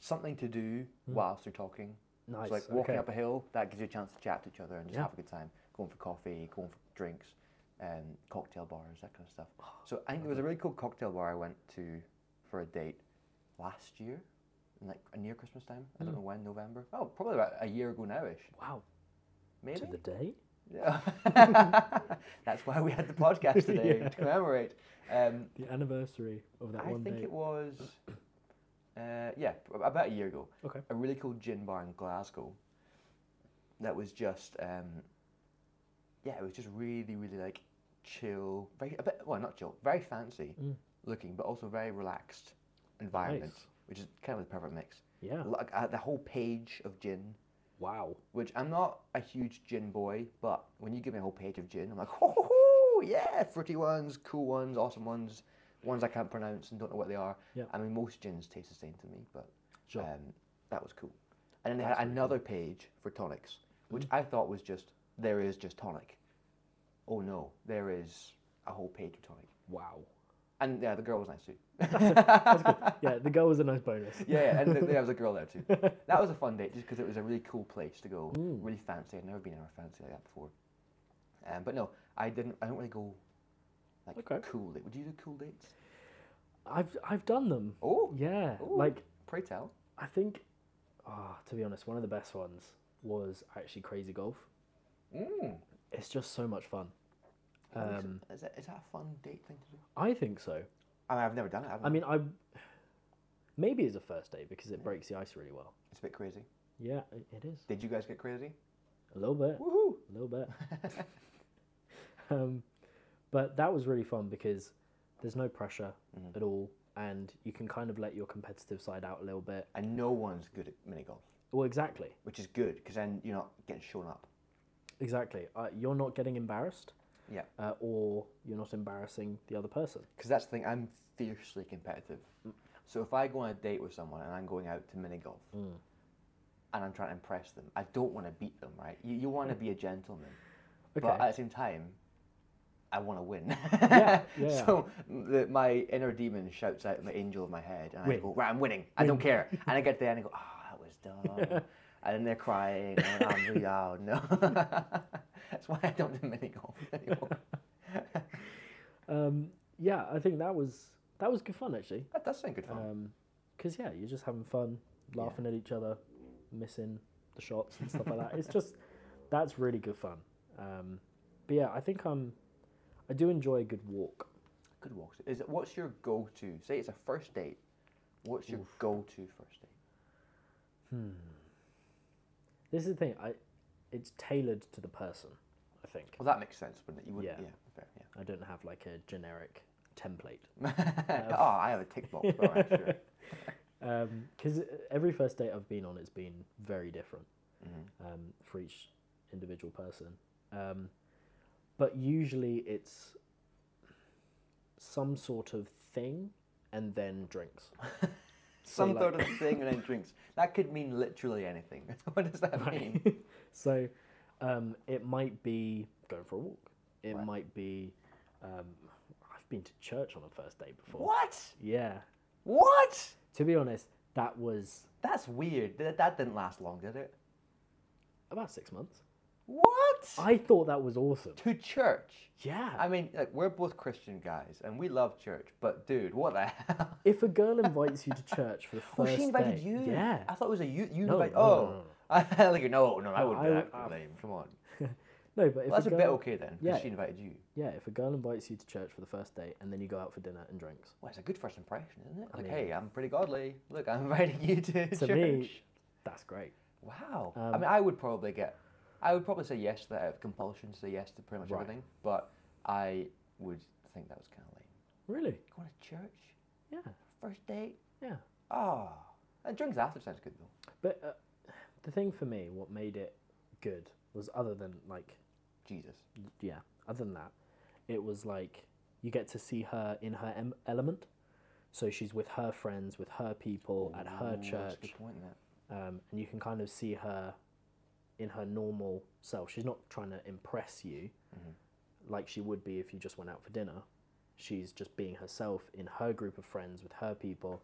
Speaker 2: something to do
Speaker 1: Mm.
Speaker 2: whilst you're talking.
Speaker 1: Nice.
Speaker 2: So like walking
Speaker 1: okay.
Speaker 2: up a hill, that gives you a chance to chat to each other and just
Speaker 1: Yeah.
Speaker 2: have a good time. Going for coffee, going for drinks, um, cocktail bars, that kind of stuff. So I think there was a really cool cocktail bar I went to for a date last year, in like near Christmas time. I
Speaker 1: Hmm.
Speaker 2: don't know when, November. Oh, probably about a year ago nowish,
Speaker 1: [GASPS] Wow.
Speaker 2: maybe.
Speaker 1: To the day.
Speaker 2: Yeah. [LAUGHS] That's why we had
Speaker 1: [LAUGHS]
Speaker 2: the podcast today
Speaker 1: Yeah.
Speaker 2: to commemorate. Um,
Speaker 1: The anniversary of that
Speaker 2: I
Speaker 1: one
Speaker 2: think
Speaker 1: day.
Speaker 2: it was, [CLEARS THROAT] uh, yeah, p- about a year ago.
Speaker 1: Okay.
Speaker 2: A really cool gin bar in Glasgow. That was just, um, yeah, it was just really, really like chill, very a bit, well, not chill, very fancy
Speaker 1: Mm.
Speaker 2: looking, but also very relaxed environment,
Speaker 1: Nice.
Speaker 2: which is kind of the perfect mix.
Speaker 1: Yeah.
Speaker 2: Like uh, the whole page of gin,
Speaker 1: Wow.
Speaker 2: which I'm not a huge gin boy, but when you give me a whole page of gin, I'm like, ho ho ho, yeah, fruity ones, cool ones, awesome ones, ones I can't pronounce and don't know what they are.
Speaker 1: Yeah.
Speaker 2: I mean, most gins taste the same to me, but
Speaker 1: Sure.
Speaker 2: um, that was cool. And then they
Speaker 1: That's
Speaker 2: had
Speaker 1: really
Speaker 2: another page for tonics, which
Speaker 1: Mm.
Speaker 2: I thought was just there is just tonic. Oh no, there is a whole page of tonic.
Speaker 1: Wow.
Speaker 2: And yeah, the girl was
Speaker 1: [LAUGHS]
Speaker 2: nice too. [LAUGHS]
Speaker 1: Yeah, the girl was a nice bonus.
Speaker 2: Yeah, yeah, and th- there was a girl there too. That was a fun date just because it was a really cool place to go,
Speaker 1: Mm.
Speaker 2: really fancy. I'd never been anywhere fancy like that before. Um, but no, I didn't. I don't really go like
Speaker 1: Okay.
Speaker 2: cool date. Would you do cool dates?
Speaker 1: [LAUGHS] I've I've done them.
Speaker 2: Oh,
Speaker 1: Yeah.
Speaker 2: Ooh.
Speaker 1: Like
Speaker 2: pray tell.
Speaker 1: I think, ah, to be honest, one of the best ones was actually Crazy Golf.
Speaker 2: Mm.
Speaker 1: It's just so much fun. Um,
Speaker 2: is, that, is that a fun date thing to do?
Speaker 1: I think so.
Speaker 2: I mean, I've never done it. I've
Speaker 1: I mean, I maybe it's a first date because it breaks the ice really well.
Speaker 2: it's a bit crazy.
Speaker 1: Yeah, it- it is
Speaker 2: Did you guys get crazy?
Speaker 1: a little bit,
Speaker 2: Woohoo!
Speaker 1: a little bit. [LAUGHS] Um, but that was really fun because there's no pressure at all, and you can kind of let your competitive side out a little bit.
Speaker 2: [LAUGHS] and no one's good at mini golf,
Speaker 1: Well, exactly,
Speaker 2: which is good because then you're not getting shown up.
Speaker 1: exactly. Uh, you're not getting embarrassed,
Speaker 2: Yeah.
Speaker 1: uh, or you're not embarrassing the other person.
Speaker 2: Because that's the thing, I'm fiercely competitive. So if I go on a date with someone and I'm going out to mini golf
Speaker 1: Mm.
Speaker 2: and I'm trying to impress them, I don't want to beat them, right? You, you want to be a gentleman.
Speaker 1: Mm. Okay.
Speaker 2: But at the same time, I want to win. [LAUGHS]
Speaker 1: yeah.
Speaker 2: so the, my inner demon shouts out my angel in my head and I
Speaker 1: Win.
Speaker 2: go, right, I'm winning. I don't
Speaker 1: [LAUGHS]
Speaker 2: care. And I get there and I go, ah, that was dumb. and then they're crying and I'm really, oh, no. [LAUGHS] that's why I don't do mini golf
Speaker 1: [LAUGHS]
Speaker 2: anymore.
Speaker 1: Um, yeah, I think that was that was good fun actually.
Speaker 2: that does sound good fun.
Speaker 1: because Um, yeah, you're just having fun, laughing at each other, missing the shots and stuff like that. It's just [LAUGHS] that's um, really good fun. Um, but yeah, I think I'm. I do enjoy a good walk.
Speaker 2: could walk. Is it, what's your go-to? Say it's a first date. What's your go-to first date?
Speaker 1: This is the thing. I, it's tailored to the person. I think
Speaker 2: Well, that makes sense, wouldn't it? You wouldn't.
Speaker 1: Yeah.
Speaker 2: Yeah. fair. Yeah.
Speaker 1: I don't have like a generic template
Speaker 2: [LAUGHS] oh, I have a tick box. All right, sure.
Speaker 1: because Um, every first date I've been on, it's been very different
Speaker 2: Mm-hmm.
Speaker 1: um, for each individual person. Um, but usually it's some sort of thing and then
Speaker 2: [LAUGHS]
Speaker 1: drinks.
Speaker 2: [LAUGHS] Some
Speaker 1: like-
Speaker 2: sort of [LAUGHS] thing and then drinks. That could mean literally anything. [LAUGHS] what does that mean? [LAUGHS]
Speaker 1: [LAUGHS] so um, it might be going for a walk. It
Speaker 2: Right.
Speaker 1: might be um, I've been to church on a first date before.
Speaker 2: What?
Speaker 1: Yeah.
Speaker 2: What?
Speaker 1: To be honest, that was
Speaker 2: That's weird. That, that didn't last long, did it?
Speaker 1: about six months.
Speaker 2: What?
Speaker 1: I thought that was awesome.
Speaker 2: to church.
Speaker 1: Yeah.
Speaker 2: I mean, like, we're both Christian guys and we love church, but dude, what the [LAUGHS] hell?
Speaker 1: If a girl invites you to church for the first
Speaker 2: Oh, she invited
Speaker 1: date,
Speaker 2: you. Oh,
Speaker 1: Yeah.
Speaker 2: I thought it was a you. You
Speaker 1: No,
Speaker 2: invited.
Speaker 1: no, no,
Speaker 2: oh,
Speaker 1: no, no.
Speaker 2: [LAUGHS] I like no, no, I
Speaker 1: No,
Speaker 2: wouldn't
Speaker 1: I
Speaker 2: do
Speaker 1: would-
Speaker 2: that.
Speaker 1: I-
Speaker 2: lame. Come on.
Speaker 1: no, but if
Speaker 2: Well, that's
Speaker 1: a,
Speaker 2: a
Speaker 1: girl,
Speaker 2: bit okay then. 'cause
Speaker 1: yeah.
Speaker 2: she invited you.
Speaker 1: yeah, if a girl invites you to church for the first date and then you go out for dinner and drinks,
Speaker 2: Well, it's a good first impression, isn't it? Like,
Speaker 1: mean-
Speaker 2: hey, I'm pretty godly. Look, I'm [LAUGHS] inviting you to,
Speaker 1: to
Speaker 2: church.
Speaker 1: me, that's great.
Speaker 2: Wow. I
Speaker 1: Um,
Speaker 2: mean, I would probably get, I would probably say yes to that out of compulsion, say yes to pretty much
Speaker 1: Right.
Speaker 2: everything. But I would think that was kind of lame.
Speaker 1: Really?
Speaker 2: Going to church,
Speaker 1: Yeah,
Speaker 2: first date.
Speaker 1: yeah.
Speaker 2: Oh, and drinks after sounds good though.
Speaker 1: But uh, the thing for me, what made it good was other than like,
Speaker 2: Jesus.
Speaker 1: yeah, other than that, it was like you get to see her in her em- element. So she's with her friends, with her people, at
Speaker 2: Ooh,
Speaker 1: her
Speaker 2: That's a
Speaker 1: church,
Speaker 2: good point. That.
Speaker 1: um, and you can kind of see her in her normal self. She's not trying to impress you like she would be if you just went out for dinner. She's just being herself in her group of friends with her people,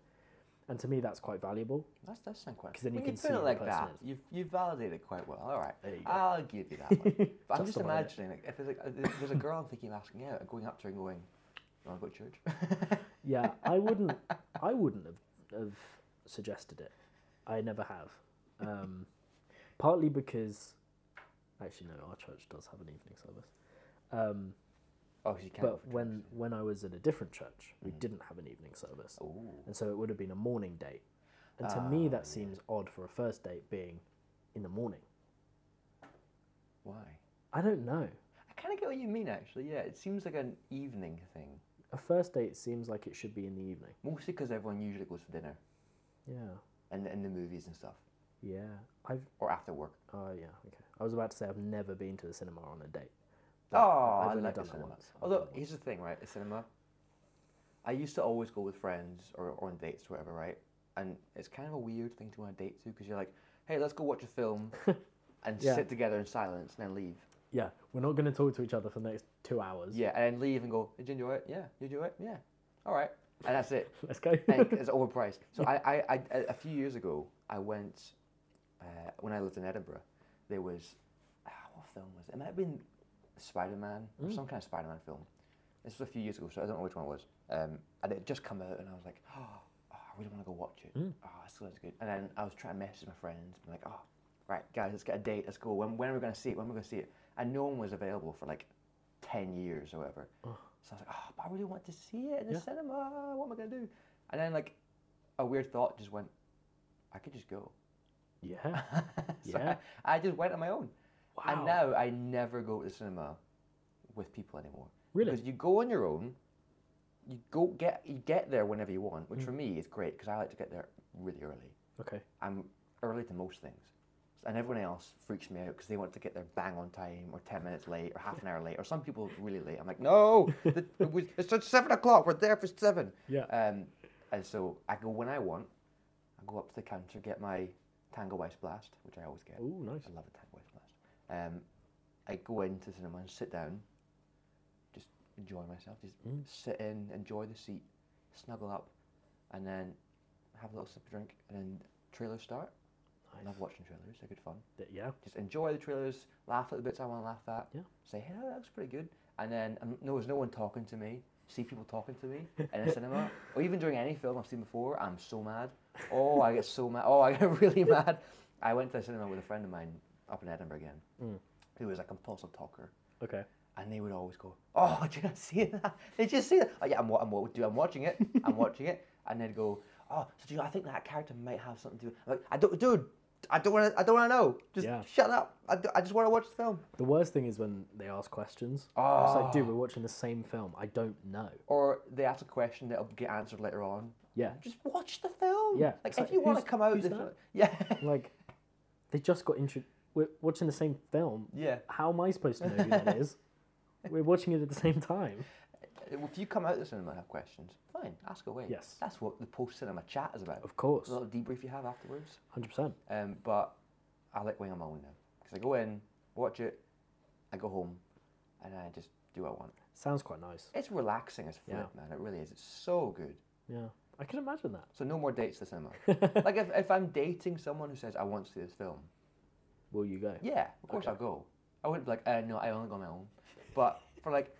Speaker 1: and to me that's quite valuable.
Speaker 2: That's does sound quite.
Speaker 1: 'Cause then you
Speaker 2: when
Speaker 1: can see
Speaker 2: put
Speaker 1: who
Speaker 2: it
Speaker 1: the
Speaker 2: like
Speaker 1: person
Speaker 2: that.
Speaker 1: is.
Speaker 2: You've you validated it quite well. All right,
Speaker 1: There you go.
Speaker 2: I'll give you
Speaker 1: [LAUGHS]
Speaker 2: that. One. But I'm just
Speaker 1: Justify it.
Speaker 2: imagining like, if there's, like, if there's a girl I'm thinking of asking out, going up to her and going, "You want to
Speaker 1: [LAUGHS]
Speaker 2: go to church?"
Speaker 1: Yeah, I wouldn't. I wouldn't have, have suggested it. I never have. Um, partly because, actually, no, our church does have an evening service. Um,
Speaker 2: oh, she can't.
Speaker 1: but when when I was at a different church, we didn't have an evening service,
Speaker 2: Oh,
Speaker 1: and so it would have been a morning date. And to me, that seems odd for a first date being in the morning.
Speaker 2: why?
Speaker 1: I don't know.
Speaker 2: I kind of get what you mean actually. Yeah, it seems like an evening thing,
Speaker 1: A first date seems like it should be in the evening.
Speaker 2: mostly because everyone usually goes for dinner
Speaker 1: Yeah.
Speaker 2: and and the movies and stuff,
Speaker 1: Yeah. I've
Speaker 2: or after work.
Speaker 1: Oh yeah, okay. I was about to say I've never been to the cinema on a date.
Speaker 2: Oh, I
Speaker 1: only
Speaker 2: like the
Speaker 1: done that
Speaker 2: cinema.
Speaker 1: once. I've done
Speaker 2: Although
Speaker 1: that
Speaker 2: here's the thing, right? The cinema. I used to always go with friends or, or on dates or whatever, right? And it's kind of a weird thing to want to date to because you're like, hey, let's go watch
Speaker 1: [LAUGHS]
Speaker 2: a film and
Speaker 1: Yeah.
Speaker 2: sit together in silence and then leave.
Speaker 1: Yeah, we're not going to talk to each other for the next two hours.
Speaker 2: Yeah, and then leave and go, did you enjoy it? Yeah, you enjoy it? Yeah. All right. And that's it.
Speaker 1: [LAUGHS] Let's go.
Speaker 2: think it's overpriced. So I, I, I, a few years ago, I went uh, when I lived in Edinburgh. There was ah, what film was it? It might have been Spider Man or some kind of Spider Man film. This was a few years ago, so I don't know which one it was. Um, and it had just come out, and I was like, oh, I really want to go watch it. Oh, that sounds good. And then I was trying to message my friends, i like, oh, right, guys, let's get a date. Let's go. When, when are we going to see it? When are we going to see it? And no one was available for like ten years or whatever. So I was like, oh, but I really want to see it in the
Speaker 1: Yeah.
Speaker 2: cinema. What am I going to do? And then, like, a weird thought just went, I could just go.
Speaker 1: [LAUGHS]
Speaker 2: [LAUGHS]
Speaker 1: yeah.
Speaker 2: so
Speaker 1: Yeah.
Speaker 2: I, I just went on my own.
Speaker 1: Wow.
Speaker 2: And now I never go to the cinema with people anymore.
Speaker 1: Really?
Speaker 2: Because you go on your own, you go get you get there whenever you want,
Speaker 1: Mm.
Speaker 2: which for me is great because I like to get there really early.
Speaker 1: Okay.
Speaker 2: I'm early to most things. And everyone else freaks me out because they want to get there bang on time or 10 minutes late or half an hour late or some people really late. I'm like, no, the, it was, it's at 7 o'clock. We're there for 7.
Speaker 1: Yeah.
Speaker 2: Um, and so I go when I want. I go up to the counter, get my Tango Ice Blast, which I always get.
Speaker 1: Oh, nice.
Speaker 2: I love a Tango Ice Blast. Um, I go into the cinema and sit down, just enjoy myself, just sit in, enjoy the seat, snuggle up, and then have a little sip of drink, and then trailers start. I love watching trailers; they're good fun.
Speaker 1: Th- Yeah.
Speaker 2: Just enjoy the trailers, laugh at the bits I want to laugh at.
Speaker 1: Yeah.
Speaker 2: Say, hey, that looks pretty good, and then um, no, there's no one talking to me. See people talking to me in a cinema, or even during any film I've seen before, I'm so mad. Oh, I get so mad. Oh, I get [LAUGHS] really mad. I went to the cinema with a friend of mine up in Edinburgh again, who was a compulsive talker
Speaker 1: Okay.
Speaker 2: and they would always go, "Oh, [LAUGHS] did you not see that? Did you see that?" Oh, yeah, I'm, wa- I'm, wa- dude, I'm watching it. I'm watching it, [LAUGHS] and they'd go, "Oh, so do you, I think that character might have something to do." I'm like, I don't, dude. I don't want to. I don't want to know. Just
Speaker 1: Yeah.
Speaker 2: shut up. I, d- I just want to watch the film.
Speaker 1: The worst thing is when they ask questions. It's like, dude,
Speaker 2: Oh.
Speaker 1: we're watching the same film. I don't know.
Speaker 2: Or they ask a question that'll get answered later on.
Speaker 1: Yeah.
Speaker 2: Just watch the film.
Speaker 1: Yeah,
Speaker 2: Like
Speaker 1: it's
Speaker 2: if
Speaker 1: like,
Speaker 2: you want to
Speaker 1: who's-
Speaker 2: come out.
Speaker 1: who's
Speaker 2: the-
Speaker 1: that?
Speaker 2: [LAUGHS] Yeah.
Speaker 1: Like, they just got intro. We're watching the same film.
Speaker 2: yeah.
Speaker 1: How am I supposed to know who
Speaker 2: [LAUGHS]
Speaker 1: that is? We're watching it at the same time.
Speaker 2: If you come out of the cinema and have questions, fine, ask away.
Speaker 1: Yes.
Speaker 2: That's what the post cinema chat is about.
Speaker 1: Of course.
Speaker 2: A little debrief you have afterwards.
Speaker 1: 100%.
Speaker 2: Um, but I like when I'm own now because I go in, watch it, I go home, and I just do what I want.
Speaker 1: Sounds quite nice.
Speaker 2: It's relaxing as flip, man. It really is. It's so good.
Speaker 1: Yeah. I can imagine that.
Speaker 2: So no more dates to the cinema. [LAUGHS] like if, if I'm dating someone who says I want to see this film,
Speaker 1: [LAUGHS] Will you go?
Speaker 2: yeah, of course
Speaker 1: Okay.
Speaker 2: I'll go. I wouldn't be like, uh, no, I only go on my own. But for like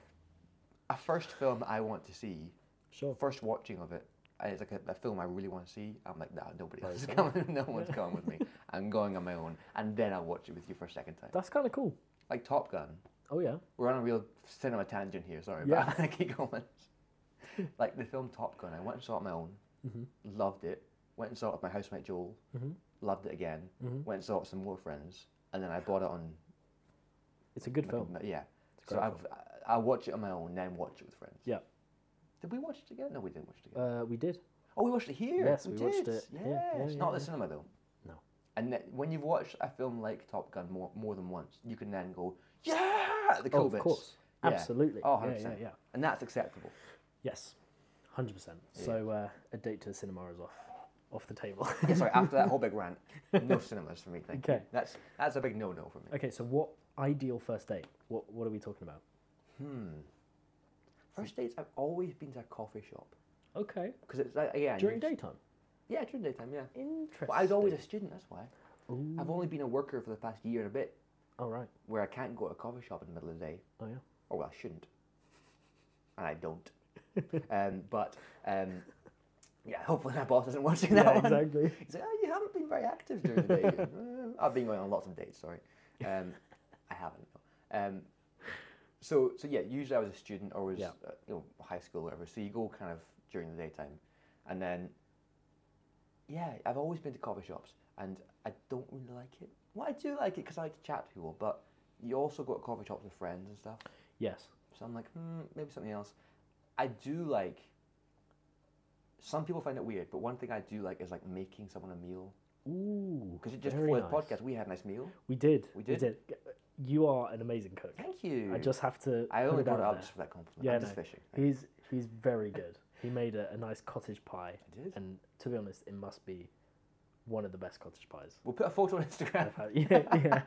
Speaker 2: a first film I want to see,
Speaker 1: Sure.
Speaker 2: first watching of it, and it's like a, a film I really want to see. I'm like, nah, nobody
Speaker 1: By
Speaker 2: else is
Speaker 1: yourself.
Speaker 2: coming. [LAUGHS] No one's coming with me. I'm going on my own, and then I'll watch it with you for a second time.
Speaker 1: That's kind of cool.
Speaker 2: Like Top Gun.
Speaker 1: Oh, yeah.
Speaker 2: We're on a real cinema tangent here. Sorry,
Speaker 1: Yeah.
Speaker 2: [LAUGHS] but I'm gonna keep going. like the film Top Gun, I went and saw it on my own.
Speaker 1: Mhm.
Speaker 2: Loved it. Went and saw it with my housemate Joel.
Speaker 1: Mhm.
Speaker 2: Loved it again.
Speaker 1: Mhm.
Speaker 2: Went and saw it with some more friends, and then I bought it on.
Speaker 1: It's a good
Speaker 2: like, a
Speaker 1: film.
Speaker 2: ma- yeah.
Speaker 1: It's a
Speaker 2: So
Speaker 1: great
Speaker 2: I've I I watch it on my own, then watch it with friends.
Speaker 1: Yeah.
Speaker 2: Did we watch it together? No, we didn't watch it together.
Speaker 1: Uh, we did.
Speaker 2: Oh, we watched it here.
Speaker 1: Yes, we watched
Speaker 2: did.
Speaker 1: it
Speaker 2: Yes,
Speaker 1: here. Yeah,
Speaker 2: not
Speaker 1: yeah,
Speaker 2: at the
Speaker 1: yeah.
Speaker 2: cinema though.
Speaker 1: No.
Speaker 2: And that, when you've watched a film like Top Gun more more than once, you can then go, yeah, at the cool
Speaker 1: Oh, of
Speaker 2: bits.
Speaker 1: course.
Speaker 2: Yeah.
Speaker 1: Absolutely.
Speaker 2: Oh,
Speaker 1: yeah,
Speaker 2: 100%.
Speaker 1: yeah, yeah.
Speaker 2: And that's acceptable.
Speaker 1: Yes. 100%. So uh, a date to the cinema is off off the table. [LAUGHS]
Speaker 2: Yeah, sorry. After that whole big rant, no cinemas for me. Thank you.
Speaker 1: Okay.
Speaker 2: That's that's a big no no for me.
Speaker 1: okay, so what ideal first date? What what are we talking about?
Speaker 2: Hmm. First dates, I've always been to a coffee shop
Speaker 1: Okay.
Speaker 2: because it's like again
Speaker 1: During
Speaker 2: you're-
Speaker 1: daytime.
Speaker 2: Yeah, during daytime. Yeah.
Speaker 1: Interesting.
Speaker 2: But I was always a student. That's why.
Speaker 1: Ooh.
Speaker 2: I've only been a worker for the past year and a bit,
Speaker 1: Oh right.
Speaker 2: where I can't go to a coffee shop in the middle of the day.
Speaker 1: Oh yeah.
Speaker 2: or well, I shouldn't, and
Speaker 1: [LAUGHS]
Speaker 2: I don't. um, but um, yeah, hopefully my boss isn't watching [LAUGHS] that
Speaker 1: yeah,
Speaker 2: one.
Speaker 1: exactly.
Speaker 2: He's like, oh, you haven't been very active during the day. "Uh, I've been going on lots of dates. Sorry, um, I haven't. no. Um, so so yeah, usually I was a student or was
Speaker 1: Yeah.
Speaker 2: uh, you know high school or whatever. So you go kind of during the daytime, and then yeah, I've always been to coffee shops, and I don't really like it. Well, I do like it because I like to chat to people, but you also go to coffee shops with friends and stuff.
Speaker 1: Yes.
Speaker 2: So I'm like, hmm, maybe something else. I do like. Some people find it weird, but one thing I do like is like making someone a meal
Speaker 1: Ooh.
Speaker 2: because just
Speaker 1: very
Speaker 2: for
Speaker 1: nice.
Speaker 2: the podcast we had a nice meal.
Speaker 1: We did.
Speaker 2: We did.
Speaker 1: You are an amazing cook.
Speaker 2: Thank you.
Speaker 1: I just have to.
Speaker 2: I
Speaker 1: put
Speaker 2: only
Speaker 1: it
Speaker 2: brought it
Speaker 1: out
Speaker 2: up
Speaker 1: there.
Speaker 2: just for that compliment.
Speaker 1: Yeah,
Speaker 2: I'm just
Speaker 1: no.
Speaker 2: fishing.
Speaker 1: He's he's very good. He made a, a nice cottage pie,
Speaker 2: I did.
Speaker 1: and to be honest, it must be one of the best cottage pies.
Speaker 2: [LAUGHS]
Speaker 1: [LAUGHS]
Speaker 2: We'll put a photo on Instagram.
Speaker 1: I've had. Yeah, yeah,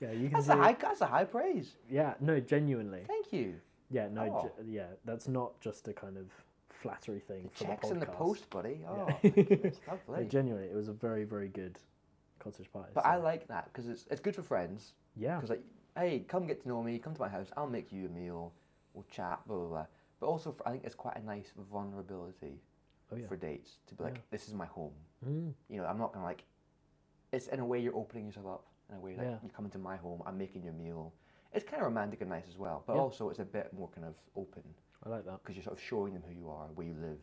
Speaker 1: yeah. You can
Speaker 2: That's
Speaker 1: see.
Speaker 2: a
Speaker 1: it.
Speaker 2: high. That's a high praise.
Speaker 1: Yeah, no, genuinely.
Speaker 2: Thank you.
Speaker 1: Yeah, no,
Speaker 2: Oh.
Speaker 1: ge- yeah. That's not just a kind of flattery thing for the
Speaker 2: Checks
Speaker 1: podcast.
Speaker 2: in the post, buddy. Oh,
Speaker 1: [LAUGHS] Yeah.
Speaker 2: thank you. That's
Speaker 1: No,
Speaker 2: lovely.
Speaker 1: genuinely, it was a very very good cottage pie.
Speaker 2: but
Speaker 1: so-
Speaker 2: I like that because it's it's good for friends.
Speaker 1: yeah,
Speaker 2: Because like, hey, come get to know me. Come to my house. I'll make you a meal. We'll chat. Blah blah blah. But also, for, I think it's quite a nice vulnerability
Speaker 1: oh yeah.
Speaker 2: for dates to be like,
Speaker 1: Yeah.
Speaker 2: this is my home.
Speaker 1: Mm,
Speaker 2: You know, I'm not gonna like. It's in a way you're opening yourself up. In a way, like
Speaker 1: Yeah.
Speaker 2: you're coming to my home. I'm making your meal. It's kind of romantic and nice as well, but
Speaker 1: Yeah.
Speaker 2: also it's a bit more kind of open
Speaker 1: I like
Speaker 2: [LAUGHS]
Speaker 1: that.
Speaker 2: because you're sort of showing them who you are, where you live.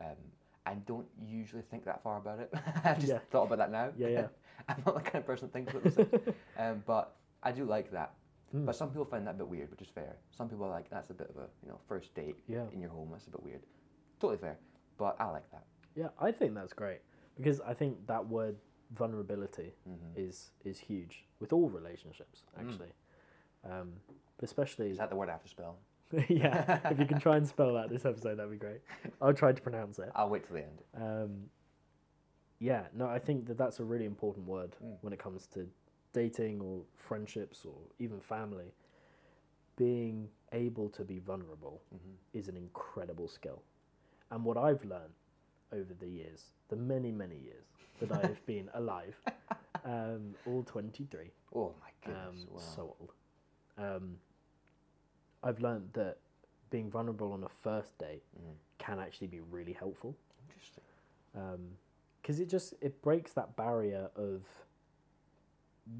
Speaker 2: Um, I don't usually think that far about it. [LAUGHS] I just
Speaker 1: Yeah.
Speaker 2: thought about that now.
Speaker 1: Yeah, yeah.
Speaker 2: [LAUGHS] I'm not the kind of person that thinks about
Speaker 1: [LAUGHS]
Speaker 2: those things. Um, but I do like that.
Speaker 1: Mm.
Speaker 2: But some people find that a bit weird, which is fair. Some people are like, that's a bit of a you know first date
Speaker 1: Yeah.
Speaker 2: in your home. That's a bit weird. Totally fair. But I like that.
Speaker 1: Yeah, I think that's great because I think that word vulnerability
Speaker 2: Mm-hmm. Mm.
Speaker 1: is is huge with all relationships actually, um, but especially
Speaker 2: Is that the word I have to spell?
Speaker 1: [LAUGHS] yeah. If you can try and spell that this episode, that'd be great. I'll try to pronounce it.
Speaker 2: I'll wait till the end.
Speaker 1: Um, yeah, no, I think that that's a really important word
Speaker 2: Mm.
Speaker 1: when it comes to dating or friendships or even family. Being able to be vulnerable
Speaker 2: Mm-hmm.
Speaker 1: is an incredible skill. And what I've learned over the years, the many, many years that I
Speaker 2: [LAUGHS]
Speaker 1: have been alive, um, all 23,
Speaker 2: Oh my
Speaker 1: um,
Speaker 2: goodness! wow.
Speaker 1: so old, um, I've learned that being vulnerable on a first date
Speaker 2: Mhm.
Speaker 1: can actually be really helpful
Speaker 2: Interesting.
Speaker 1: because um, it just it breaks that barrier of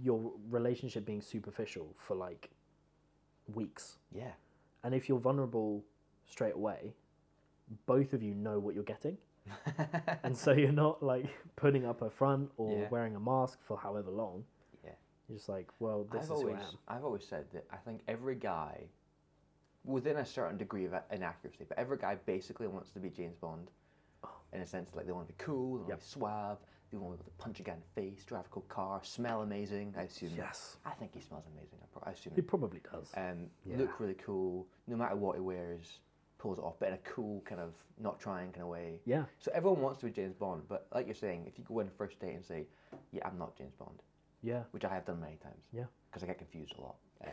Speaker 1: your relationship being superficial for like weeks.
Speaker 2: Yeah.
Speaker 1: And if you're vulnerable straight away, both of you know what you're getting. and so you're not like putting up a front or
Speaker 2: Yeah.
Speaker 1: wearing a mask for however long.
Speaker 2: Yeah.
Speaker 1: You're just like, well, [LAUGHS] this
Speaker 2: I've
Speaker 1: is
Speaker 2: always,
Speaker 1: who I am.
Speaker 2: I've always said that I think every guy, within a certain degree of inaccuracy, but every guy basically wants to be James Bond. In a sense, like they want to be cool, they want
Speaker 1: Oh. Yep.
Speaker 2: to be suave, they want to be able to punch a guy in the face, drive a cool car, smell amazing. I assume.
Speaker 1: Yes.
Speaker 2: I think he smells amazing. I, pro- I assume.
Speaker 1: He probably does.
Speaker 2: Um,
Speaker 1: Yeah.
Speaker 2: Look really cool, no matter what he wears, pulls it off, but in a cool kind of not trying kind of way.
Speaker 1: yeah.
Speaker 2: So everyone wants to be James Bond, but like you're saying, if you go on a first date and say, "Yeah, I'm not James Bond,"
Speaker 1: Yeah.
Speaker 2: which I have done many times.
Speaker 1: Yeah.
Speaker 2: Because I get confused a
Speaker 1: [LAUGHS]
Speaker 2: lot. Um,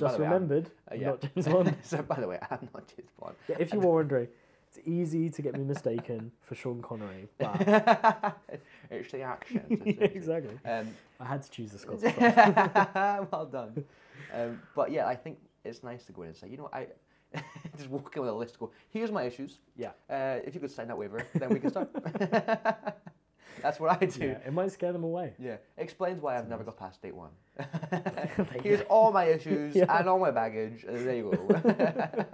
Speaker 1: Just
Speaker 2: by the way, I'm-
Speaker 1: remembered,
Speaker 2: uh,
Speaker 1: I'm
Speaker 2: yeah.
Speaker 1: not James Bond.
Speaker 2: [LAUGHS] so by the way, I'm not James Bond.
Speaker 1: Yeah, if you were wondering, it's easy to get me mistaken for Sean Connery. But
Speaker 2: [LAUGHS] it's the action. [LAUGHS]
Speaker 1: [LAUGHS] Yeah, exactly.
Speaker 2: Um,
Speaker 1: I had to choose the
Speaker 2: [LAUGHS]
Speaker 1: Scots. accent.
Speaker 2: well done. Um, but yeah, I think it's nice to go in and say, you know, what, I [LAUGHS] just walk in with a list. Go, here's my issues.
Speaker 1: Yeah.
Speaker 2: Uh, if you could sign that waiver, then we can start. [LAUGHS] That's what I
Speaker 1: [LAUGHS]
Speaker 2: do.
Speaker 1: yeah, it might scare them away.
Speaker 2: Yeah, explains why I've never got past
Speaker 1: [LAUGHS]
Speaker 2: date one.
Speaker 1: you
Speaker 2: Here's all my
Speaker 1: [LAUGHS]
Speaker 2: issues
Speaker 1: Yeah.
Speaker 2: and all my baggage. and there you
Speaker 1: [LAUGHS]
Speaker 2: go.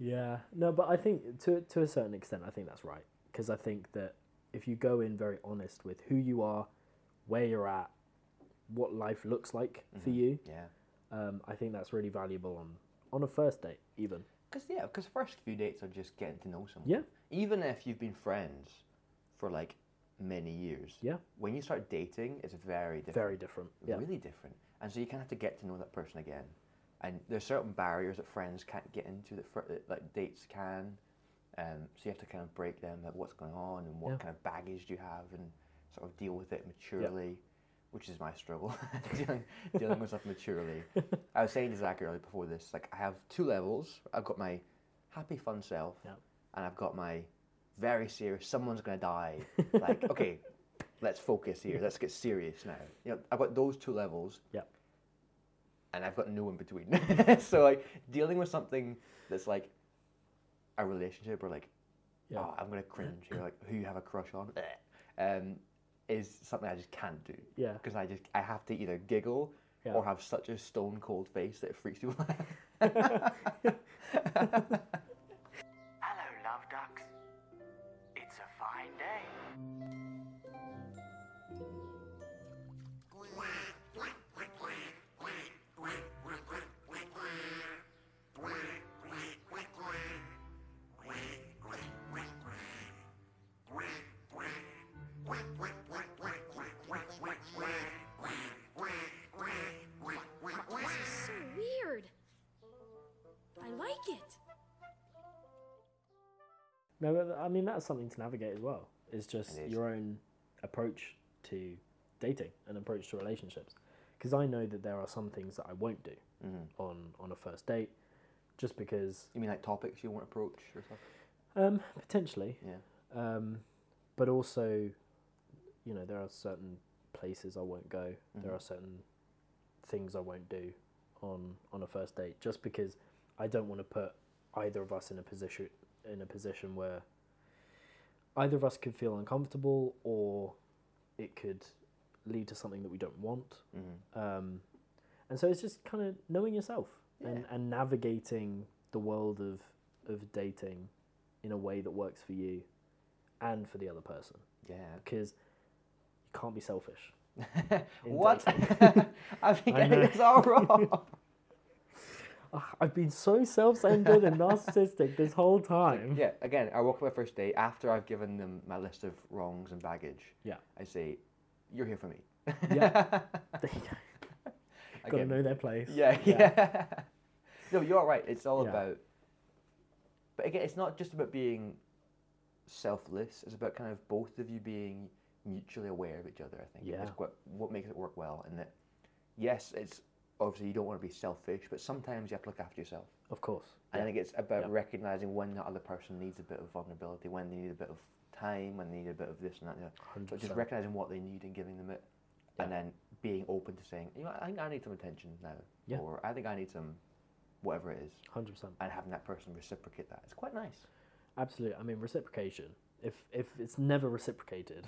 Speaker 1: Yeah, no, but I think to to a certain extent, I think that's right because I think that if you go in very honest with who you are, where you're at, what life looks like for you,
Speaker 2: yeah,
Speaker 1: um, I think that's really valuable on on a first date even.
Speaker 2: because yeah, because first few dates are just getting to know someone.
Speaker 1: Yeah.
Speaker 2: Even if you've been friends for like many years.
Speaker 1: Yeah.
Speaker 2: When you start dating, it's very different.
Speaker 1: Very different. Yeah,
Speaker 2: Really different, and so you kind of have to get to know that person again. And there's certain barriers that friends can't get into that, fr- that like dates can. Um, so you have to kind of break them, like what's going on and what
Speaker 1: Yeah.
Speaker 2: kind of baggage do you have, and sort of deal with it maturely, which is my struggle, [LAUGHS] dealing, dealing with stuff maturely.
Speaker 1: [LAUGHS]
Speaker 2: I was saying to Zach earlier before this, like I have two levels. I've got my happy, fun self,
Speaker 1: Yeah.
Speaker 2: and I've got my very serious. Someone's gonna die. like
Speaker 1: [LAUGHS]
Speaker 2: okay, let's focus here. Let's get serious now. You know, I've got those two levels.
Speaker 1: Yeah.
Speaker 2: And I've got no in between. [LAUGHS] so like dealing with something that's like a relationship or like,
Speaker 1: Yeah.
Speaker 2: oh, I'm gonna cringe here. Like who you have a crush on, um, is something I just can't do
Speaker 1: yeah,
Speaker 2: because I just I have to either giggle
Speaker 1: Yeah.
Speaker 2: or have such a stone cold face that it freaks
Speaker 1: [LAUGHS]
Speaker 2: people [LAUGHS] out.
Speaker 3: Hello, love ducks. It's a fine day.
Speaker 4: This is so weird. I like it.
Speaker 1: no, but I mean that's something to navigate as well. It's just
Speaker 2: It is.
Speaker 1: your own approach to dating and approach to relationships. Because I know that there are some things that I won't do on on a first date, just because
Speaker 2: Mm-hmm. you mean like topics you won't approach or stuff?
Speaker 1: Um, potentially.
Speaker 2: Yeah.
Speaker 1: Um, but also, you know, there are certain places I won't go. There are certain things I won't do on on a first date, just because I don't want to put either of us in a position in a position where either of us could feel uncomfortable or it could lead to something that we don't want.
Speaker 2: Mm-hmm.
Speaker 1: Um, and so it's just kind of knowing yourself and, and navigating the world of of dating in a way that works for you and for the other person
Speaker 2: Yeah.
Speaker 1: because you can't be selfish. [LAUGHS] in
Speaker 2: What? I've been
Speaker 1: [LAUGHS] I
Speaker 2: getting
Speaker 1: know.
Speaker 2: this all wrong.
Speaker 1: Ugh, I've been so self-centered
Speaker 2: [LAUGHS]
Speaker 1: and narcissistic this whole time.
Speaker 2: [LAUGHS] yeah, again, I walk my first day after I've given them my list of wrongs and baggage.
Speaker 1: Yeah.
Speaker 2: I say, You're here for me. [LAUGHS]
Speaker 1: Yeah. [LAUGHS] Got to
Speaker 2: Again,
Speaker 1: know their place.
Speaker 2: Yeah, yeah. [LAUGHS] no, you're right. It's all
Speaker 1: Yeah.
Speaker 2: about. But again, it's not just about being selfless. It's about kind of both of you being mutually aware of each other. I think.
Speaker 1: Yeah.
Speaker 2: It's what what makes it work well, and that yes, it's obviously you don't want to be selfish, but sometimes you have to look after yourself.
Speaker 1: Of course.
Speaker 2: And I think it's about
Speaker 1: Yeah.
Speaker 2: recognizing when that other person needs a bit of vulnerability, when they need a bit of time, when they need a bit of this and that. And the other. So just
Speaker 1: 100%.
Speaker 2: recognizing what they need and giving them it, and then being open to saying, you know, I think I need some attention now,
Speaker 1: Yeah.
Speaker 2: or I think I need some, whatever it is,
Speaker 1: 100%.
Speaker 2: and having that person reciprocate that. It's
Speaker 1: [LAUGHS]
Speaker 2: quite nice.
Speaker 1: Absolutely. I mean reciprocation. If if it's never reciprocated,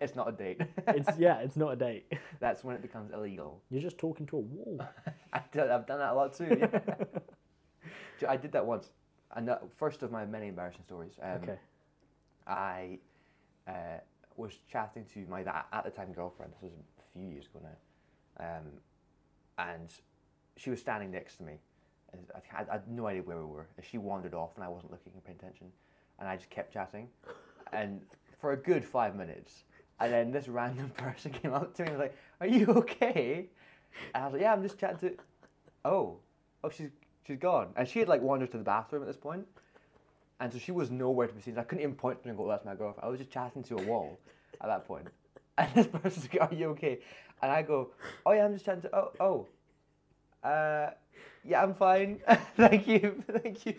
Speaker 2: it's not a date.
Speaker 1: It's yeah, it's not a date.
Speaker 2: [LAUGHS]
Speaker 1: [LAUGHS]
Speaker 2: That's when it becomes illegal. [LAUGHS]
Speaker 1: You're just talking to a wall.
Speaker 2: I've done, I've done that a lot too. [LAUGHS] yeah. Do- I did that once. And that, first of my many embarrassing stories. Um,
Speaker 1: [LAUGHS] okay.
Speaker 2: I uh, was chatting to my tha- at the time girlfriend. This was a few years ago now, um, and she was standing next to me, and I had, I had no idea where we were. And she wandered off, and I wasn't looking and paying attention, and I just kept chatting, and for a good five minutes. And then this random [LAUGHS] person came up to me and was like, "Are you okay?" And I was like, "Yeah, I'm just chatting to." Oh, oh, she's she's gone, and she had like wandered to the bathroom at this point. And so she was nowhere to be seen. I couldn't even point to her and go, "Oh, that's my girlfriend. I was just chatting to a wall at that point. [LAUGHS] And this person's like, are you okay? And I go, oh yeah, I'm just chatting to, oh, oh. Uh, yeah, I'm fine. [LAUGHS] thank you, [LAUGHS] thank you.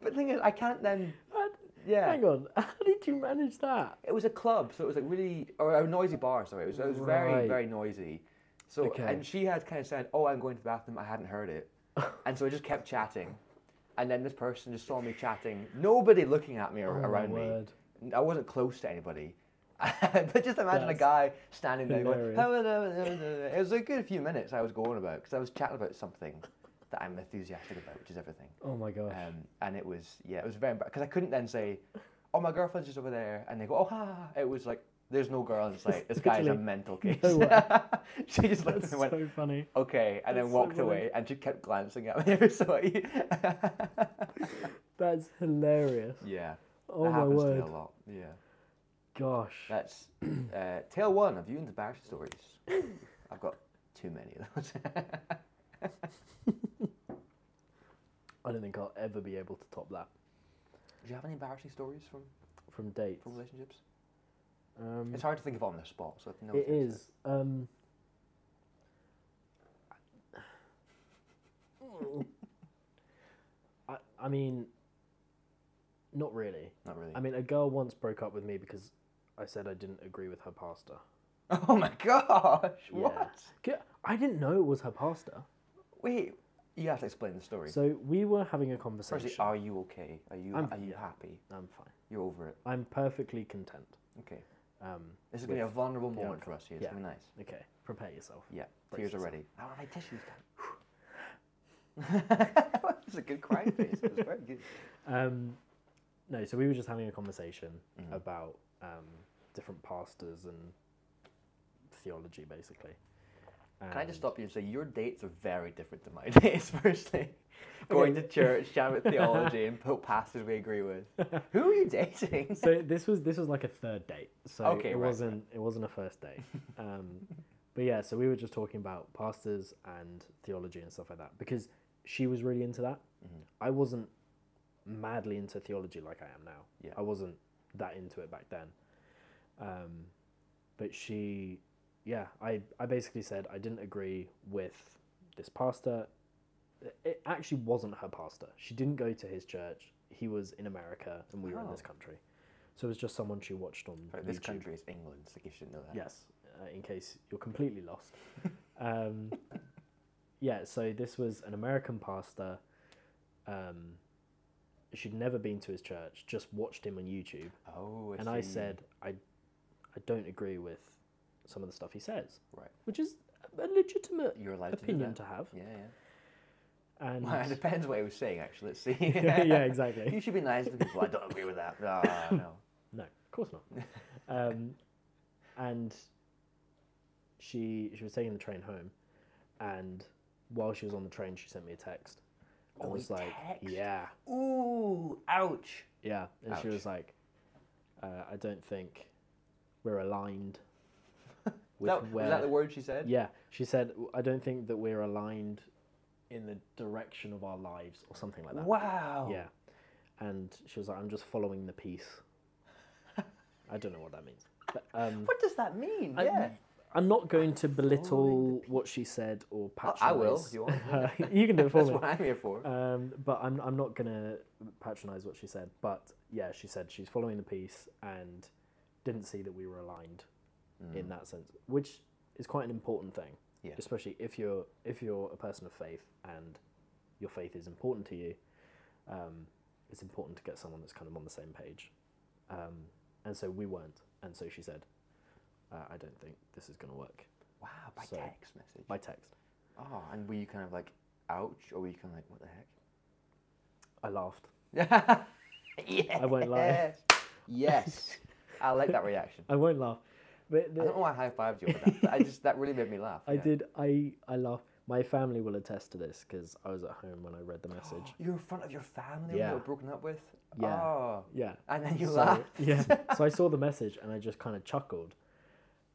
Speaker 2: But the thing is, I can't then,
Speaker 1: What?
Speaker 2: yeah.
Speaker 1: Hang on. [LAUGHS] How did you manage that?
Speaker 2: It was a club, so it was like really, or a noisy bar, sorry. It was, it was very,
Speaker 1: Right.
Speaker 2: very noisy. So,
Speaker 1: Okay.
Speaker 2: and she had kind of said, oh, I'm going to the bathroom. I hadn't heard
Speaker 1: [LAUGHS]
Speaker 2: it. and so I just kept chatting. And then this person just saw me chatting, nobody looking at me or
Speaker 1: Oh, my
Speaker 2: around
Speaker 1: word.
Speaker 2: me. I wasn't close to anybody. [LAUGHS] but just imagine a
Speaker 1: That's
Speaker 2: guy standing there going,
Speaker 1: hilarious.
Speaker 2: "Hello, hello, hello, hello." it was a good few minutes I was going about because I was chatting about something that I'm enthusiastic about, which is everything.
Speaker 1: Oh my gosh.
Speaker 2: Um, and it was yeah, it was very because I couldn't then say, "Oh, my girlfriend's just over there," and they go, "Oh, ha!" ha, ha." It was like there's no girl in sight. This guy is a
Speaker 1: Literally.
Speaker 2: mental case.
Speaker 1: No way.
Speaker 2: [LAUGHS] she just looked
Speaker 1: [LAUGHS]
Speaker 2: at
Speaker 1: That's
Speaker 2: me and went,
Speaker 1: so funny.
Speaker 2: "Okay," and then
Speaker 1: That's so
Speaker 2: walked
Speaker 1: funny.
Speaker 2: away, and she kept glancing at me. [LAUGHS] It was
Speaker 1: [LAUGHS]
Speaker 2: so like-
Speaker 1: That's hilarious.
Speaker 2: yeah,
Speaker 1: Oh
Speaker 2: that
Speaker 1: my
Speaker 2: happens to
Speaker 1: word.
Speaker 2: me a lot. Yeah,
Speaker 1: Gosh.
Speaker 2: that's uh, tale one of you and the Barrister stories.
Speaker 1: [LAUGHS]
Speaker 2: I've got too many of those. [LAUGHS]
Speaker 1: I don't think I'll ever be able to top that
Speaker 2: Do you have any embarrassing stories from,
Speaker 1: from dates.
Speaker 2: from relationships?
Speaker 1: Um,
Speaker 2: It's hard to think of on the spot, so if no
Speaker 1: it is. Um, I, I mean, not really.
Speaker 2: Not really.
Speaker 1: I mean, a girl once broke up with me because I said I didn't agree with her pasta.
Speaker 2: [LAUGHS] Oh my gosh! What?
Speaker 1: Yeah. I didn't know it was her pasta.
Speaker 2: Wait, you have to explain the story.
Speaker 1: So we were having a
Speaker 2: Firstly,
Speaker 1: conversation.
Speaker 2: are you okay? Are you
Speaker 1: I'm-
Speaker 2: are you
Speaker 1: yeah.
Speaker 2: happy?
Speaker 1: I'm fine.
Speaker 2: You're over it.
Speaker 1: I'm perfectly content.
Speaker 2: Okay.
Speaker 1: Um,
Speaker 2: This is gonna be a vulnerable
Speaker 1: the
Speaker 2: moment for
Speaker 1: outcome.
Speaker 2: us here. It's
Speaker 1: Yeah.
Speaker 2: gonna be nice.
Speaker 1: okay, prepare yourself.
Speaker 2: Yeah.
Speaker 1: Brace
Speaker 2: Tears
Speaker 1: yourself.
Speaker 2: already. I want my tissues. down. [LAUGHS] It's a good crying face. It was very good.
Speaker 1: Um, no, so we were just having a conversation
Speaker 2: Mm.
Speaker 1: about um, different pastors and theology, basically.
Speaker 2: Can I just
Speaker 1: And-
Speaker 2: stop you and say your dates are very different to my [LAUGHS] dates? Firstly, going to
Speaker 1: [LAUGHS]
Speaker 2: church, sharing with theology, and put pastors we agree with. Who are you dating?
Speaker 1: so this was this was like a third date. So
Speaker 2: Okay,
Speaker 1: it
Speaker 2: right, right.
Speaker 1: wasn't it wasn't a first date. Um, but yeah, so we were just talking about pastors and theology and stuff like that because she was really into that.
Speaker 2: Mm-hmm.
Speaker 1: I wasn't madly into theology like I am now.
Speaker 2: Yeah.
Speaker 1: I wasn't that into it back then. Um, but she, yeah, I I basically said I didn't agree with this pastor. It- It actually wasn't her pastor. She didn't go to his church. He was in America, and we were in this
Speaker 2: Oh.
Speaker 1: country. So it was just someone she watched on
Speaker 2: Sorry,
Speaker 1: YouTube.
Speaker 2: this country is England. So you should know that.
Speaker 1: Yes, uh, in case you're completely lost.
Speaker 2: [LAUGHS]
Speaker 1: um, yeah, so this was an American pastor. Um, she'd never been to his church, just watched him on YouTube.
Speaker 2: Oh, I
Speaker 1: and I
Speaker 2: see.
Speaker 1: said, I, I don't agree with some of the stuff he says,
Speaker 2: right.
Speaker 1: which is a legitimate
Speaker 2: You're allowed
Speaker 1: opinion
Speaker 2: to,
Speaker 1: to
Speaker 2: do
Speaker 1: have.
Speaker 2: that. Yeah, yeah.
Speaker 1: And
Speaker 2: Well, it depends what he was saying, actually. Let's see.
Speaker 1: [LAUGHS]
Speaker 2: [LAUGHS]
Speaker 1: yeah, exactly.
Speaker 2: You should be nice to people. I don't agree with that.
Speaker 1: [LAUGHS]
Speaker 2: No, no.
Speaker 1: No, of course
Speaker 2: [LAUGHS]
Speaker 1: not. um, and she she was taking the train home, and while she was on the train, she sent me a text. I
Speaker 2: Oh,
Speaker 1: was
Speaker 2: a
Speaker 1: like,
Speaker 2: text?
Speaker 1: yeah,
Speaker 2: Ooh, ouch.
Speaker 1: yeah, and she
Speaker 2: Ouch.
Speaker 1: was like, uh, I don't think we're
Speaker 2: [LAUGHS]
Speaker 1: aligned. With
Speaker 2: That, was that the word she said?
Speaker 1: Yeah, she said, I don't think that we're aligned in the direction of our lives or something like that.
Speaker 2: Wow.
Speaker 1: Yeah, and she was like, I'm just following the
Speaker 2: [LAUGHS]
Speaker 1: peace. I don't know what that means. But, um,
Speaker 2: What does that mean?
Speaker 1: I- [LAUGHS]
Speaker 2: yeah.
Speaker 1: I'm not going to belittle what she said or patronise.
Speaker 2: I will, if you want.
Speaker 1: Uh, [LAUGHS] you can do it for
Speaker 2: [LAUGHS] That's
Speaker 1: me.
Speaker 2: what I'm here for.
Speaker 1: Um, but I'm, I'm not going to patronise what she said. But yeah, she said she's following the piece and didn't see that we were aligned
Speaker 2: Hmm.
Speaker 1: in that sense, which is quite an important thing.
Speaker 2: Mm. Yeah.
Speaker 1: Especially if you're if you're a person of faith and your faith is important to you, um, it's important to get someone that's kind of on the same page. Um, and so we weren't, And so she said, uh, I don't think this is going to work
Speaker 2: Wow, by
Speaker 1: So-
Speaker 2: text message.
Speaker 1: by text.
Speaker 2: Oh, and were you kind of like, ouch, or were you kind of like, what the heck?
Speaker 1: I laughed.
Speaker 2: [LAUGHS] yes.
Speaker 1: I won't lie.
Speaker 2: Yes. I like
Speaker 1: [LAUGHS]
Speaker 2: that reaction.
Speaker 1: I won't laugh. But the-
Speaker 2: I don't know why I high fived you over that. but I just that really made me laugh.
Speaker 1: I
Speaker 2: yeah.
Speaker 1: did. I I laugh. My family will attest to this because I was at home when I read [GASPS] the message.
Speaker 2: You were in front of your family when
Speaker 1: Yeah.
Speaker 2: you were broken up with.
Speaker 1: Yeah.
Speaker 2: Oh.
Speaker 1: yeah.
Speaker 2: And then you
Speaker 1: so,
Speaker 2: laughed.
Speaker 1: [LAUGHS] Yeah. So I saw the message and I just kind of chuckled,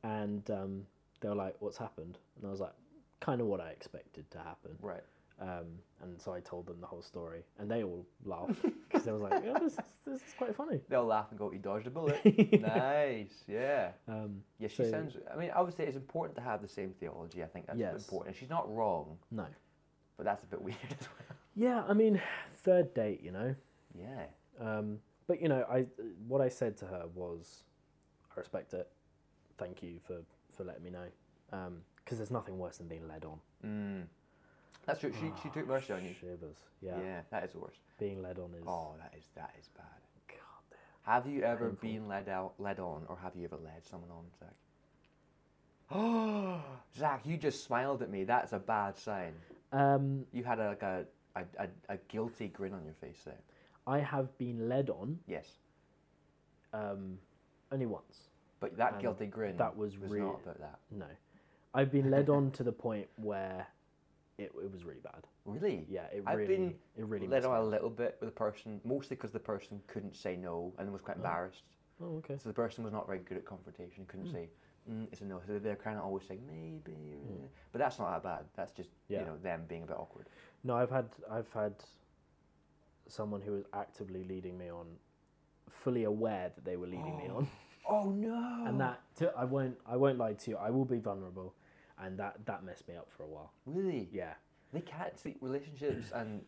Speaker 1: and um, they were like, "What's happened?" And I was like, "Kind of what I expected to happen."
Speaker 2: [LAUGHS] Right.
Speaker 1: Um, and so I told them the whole story, and they all [LAUGHS] laughed because they was like, "Yeah, this is this is quite funny."
Speaker 2: They'll laugh and go, "You dodged
Speaker 1: [LAUGHS]
Speaker 2: a bullet." nice. Yeah.
Speaker 1: Um,
Speaker 2: Yeah. She
Speaker 1: So-
Speaker 2: sounds. I mean, I would say it's important to have the same theology. I think that's
Speaker 1: Yes.
Speaker 2: important. She's not wrong,
Speaker 1: no.
Speaker 2: but that's a bit [LAUGHS] weird as well.
Speaker 1: Yeah, I mean, third date, you know.
Speaker 2: Yeah.
Speaker 1: Um, but you know, I what I said to her was, I respect it. Thank you for for letting me know. Because there's nothing worse than being led on.
Speaker 2: Mm. That's true. She, she took mercy on you.
Speaker 1: Shivers.
Speaker 2: Yeah.
Speaker 1: Ah, Yeah.
Speaker 2: That is the worst.
Speaker 1: Being led on is.
Speaker 2: Oh, that is that is bad.
Speaker 1: God damn.
Speaker 2: Have you ever
Speaker 1: Painful.
Speaker 2: been led out, led on, or have you ever led someone on, Zach? [GASPS] Oh, Zach, you just smiled at me. That's a bad sign.
Speaker 1: Um,
Speaker 2: You had a, like a, a, a, a guilty grin on your face there.
Speaker 1: I have been led on
Speaker 2: Yes,
Speaker 1: um, only once.
Speaker 2: but that
Speaker 1: And
Speaker 2: guilty grin
Speaker 1: that was rea-
Speaker 2: not about that.
Speaker 1: No, I've been led on to the point where it, it was really bad.
Speaker 2: Really?
Speaker 1: Yeah, it
Speaker 2: I've
Speaker 1: really,
Speaker 2: been
Speaker 1: it really
Speaker 2: led
Speaker 1: messed me
Speaker 2: on a
Speaker 1: up.
Speaker 2: little bit with a person, mostly because the person couldn't say no and was quite embarrassed.
Speaker 1: Oh, okay.
Speaker 2: So the person was not very good at confrontation. Couldn't
Speaker 1: Hmm.
Speaker 2: say mm, it's a no. So they're kind of always saying maybe, eh," but that's not that bad. That's just
Speaker 1: Hmm. Yeah.
Speaker 2: you know them being a bit awkward.
Speaker 1: No, I've had I've had someone who was actively leading me on, fully aware that they were leading me on,
Speaker 2: Oh no!
Speaker 1: and that to, I won't I won't lie to you. I will be vulnerable, and that that messed me up for a while.
Speaker 2: really?
Speaker 1: Yeah,
Speaker 2: They can't see relationships and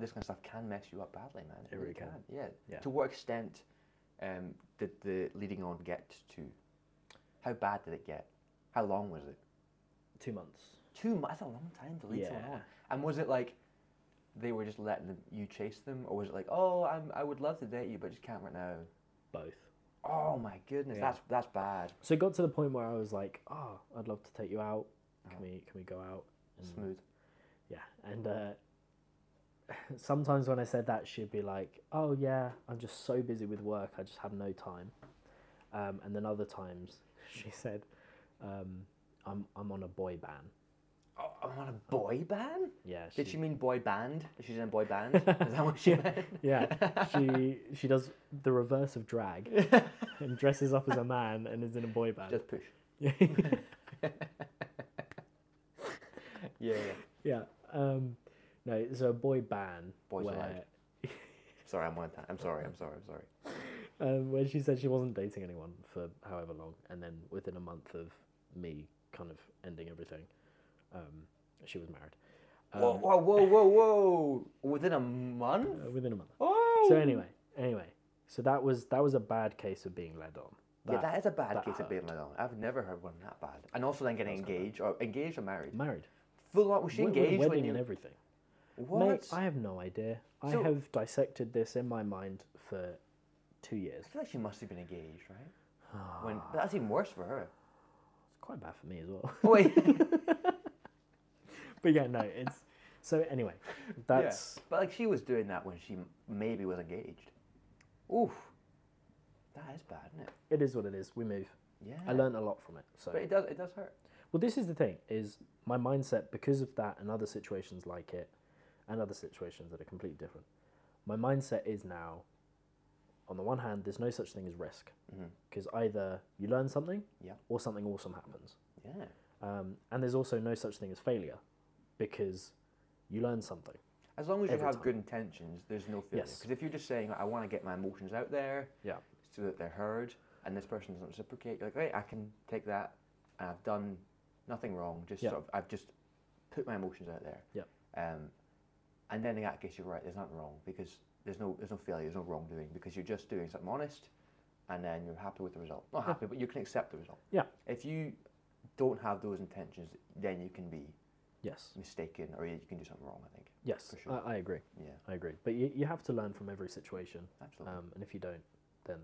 Speaker 2: this kind of stuff can mess you up badly, man.
Speaker 1: It really can.
Speaker 2: Yeah.
Speaker 1: Yeah.
Speaker 2: To what extent um, did the leading on get to? How bad did it get? How long was it?
Speaker 1: two months.
Speaker 2: Two months. That's a long time to lead someone on.
Speaker 1: Yeah.
Speaker 2: And was it like they were just letting them, you chase them, or was it like, oh, I'm, I would love to date you, but just can't right now?
Speaker 1: Both.
Speaker 2: Oh my goodness,
Speaker 1: Yeah.
Speaker 2: that's that's bad.
Speaker 1: So it got to the point where I was like, "Oh, I'd love to take you out. Can we can we go out?" And-
Speaker 2: Smooth.
Speaker 1: Yeah, and uh, [LAUGHS] sometimes when I said that, she'd be like, "Oh yeah, I'm just so busy with work, I just have no time." Um, and then other times, [LAUGHS] she said, um, "I'm I'm on a boy ban."
Speaker 2: Oh, I'm on a boy band.
Speaker 1: Yeah,
Speaker 2: Did she mean boy band? She's in a boy
Speaker 1: [LAUGHS]
Speaker 2: band. Is that what she meant? [LAUGHS]
Speaker 1: yeah, she she does the reverse of drag and dresses up as a man and is in a boy band.
Speaker 2: Just push. Yeah, yeah.
Speaker 1: [LAUGHS] yeah, um, no, so a boy ban
Speaker 2: Boys
Speaker 1: where
Speaker 2: allowed. Sorry, I'm on that. I'm sorry. I'm sorry. I'm sorry.
Speaker 1: um, where she said she wasn't dating anyone for however long, and then within a month of me kind of ending everything, um, she was married. Um,
Speaker 2: whoa, whoa, whoa, whoa, whoa! Within a month.
Speaker 1: Uh, within a month.
Speaker 2: Oh.
Speaker 1: So anyway, anyway, so that was that was a bad case of being led on.
Speaker 2: yeah, that is a bad
Speaker 1: that
Speaker 2: case of being alone. I've never heard one that bad. And also then getting engaged or engaged or married.
Speaker 1: married,
Speaker 2: Full on. Was she
Speaker 1: We- we-
Speaker 2: engaged
Speaker 1: wedding
Speaker 2: when you?
Speaker 1: and everything.
Speaker 2: what?
Speaker 1: Mate, I have no idea.
Speaker 2: So-
Speaker 1: I have dissected this in my mind for two years.
Speaker 2: I feel like she must have been engaged, right? [SIGHS] when
Speaker 1: Ah.
Speaker 2: that's even worse for
Speaker 1: [LAUGHS]
Speaker 2: her.
Speaker 1: It's quite bad for me as well. [LAUGHS]
Speaker 2: Oh, wait. [LAUGHS]
Speaker 1: but yeah, no, it's so
Speaker 2: [LAUGHS]
Speaker 1: anyway. That's
Speaker 2: But like she was doing that when she m- maybe was engaged. Oof. That is bad, isn't it?
Speaker 1: it is what it is. We move.
Speaker 2: Yeah.
Speaker 1: I learned a lot from it. So
Speaker 2: But it does. It does hurt.
Speaker 1: Well, this is the thing: is my mindset because of that and other situations like it, and other situations that are completely different. My mindset is now, on the one hand, there's no such thing as risk,
Speaker 2: Mm-hmm.
Speaker 1: because either you learn something,
Speaker 2: Yeah.
Speaker 1: or something awesome happens.
Speaker 2: Yeah.
Speaker 1: Um, and there's also no such thing as failure, because you learn something.
Speaker 2: As long as you
Speaker 1: Every
Speaker 2: have
Speaker 1: time.
Speaker 2: good intentions, there's no failure.
Speaker 1: Yes.
Speaker 2: Because if you're just saying, I want to get my emotions out there
Speaker 1: Yeah.
Speaker 2: so that they're heard, and this person doesn't reciprocate, you're like, right, I can take that, and I've done nothing wrong. Just
Speaker 1: Yeah.
Speaker 2: sort of, I've just put my emotions out there.
Speaker 1: Yeah.
Speaker 2: Um, and then in that case, you're right. There's nothing wrong because there's no there's no failure, there's no wrongdoing because you're just doing something honest, and then you're happy with the result. Not happy, but you can accept the result.
Speaker 1: Yeah.
Speaker 2: If you don't have those intentions, then you can be
Speaker 1: Yes.
Speaker 2: mistaken or you can do something wrong. I think.
Speaker 1: Yes.
Speaker 2: For sure.
Speaker 1: I, I agree.
Speaker 2: Yeah.
Speaker 1: I agree. But you, you have to learn from every situation,
Speaker 2: Absolutely.
Speaker 1: um, and if you don't, then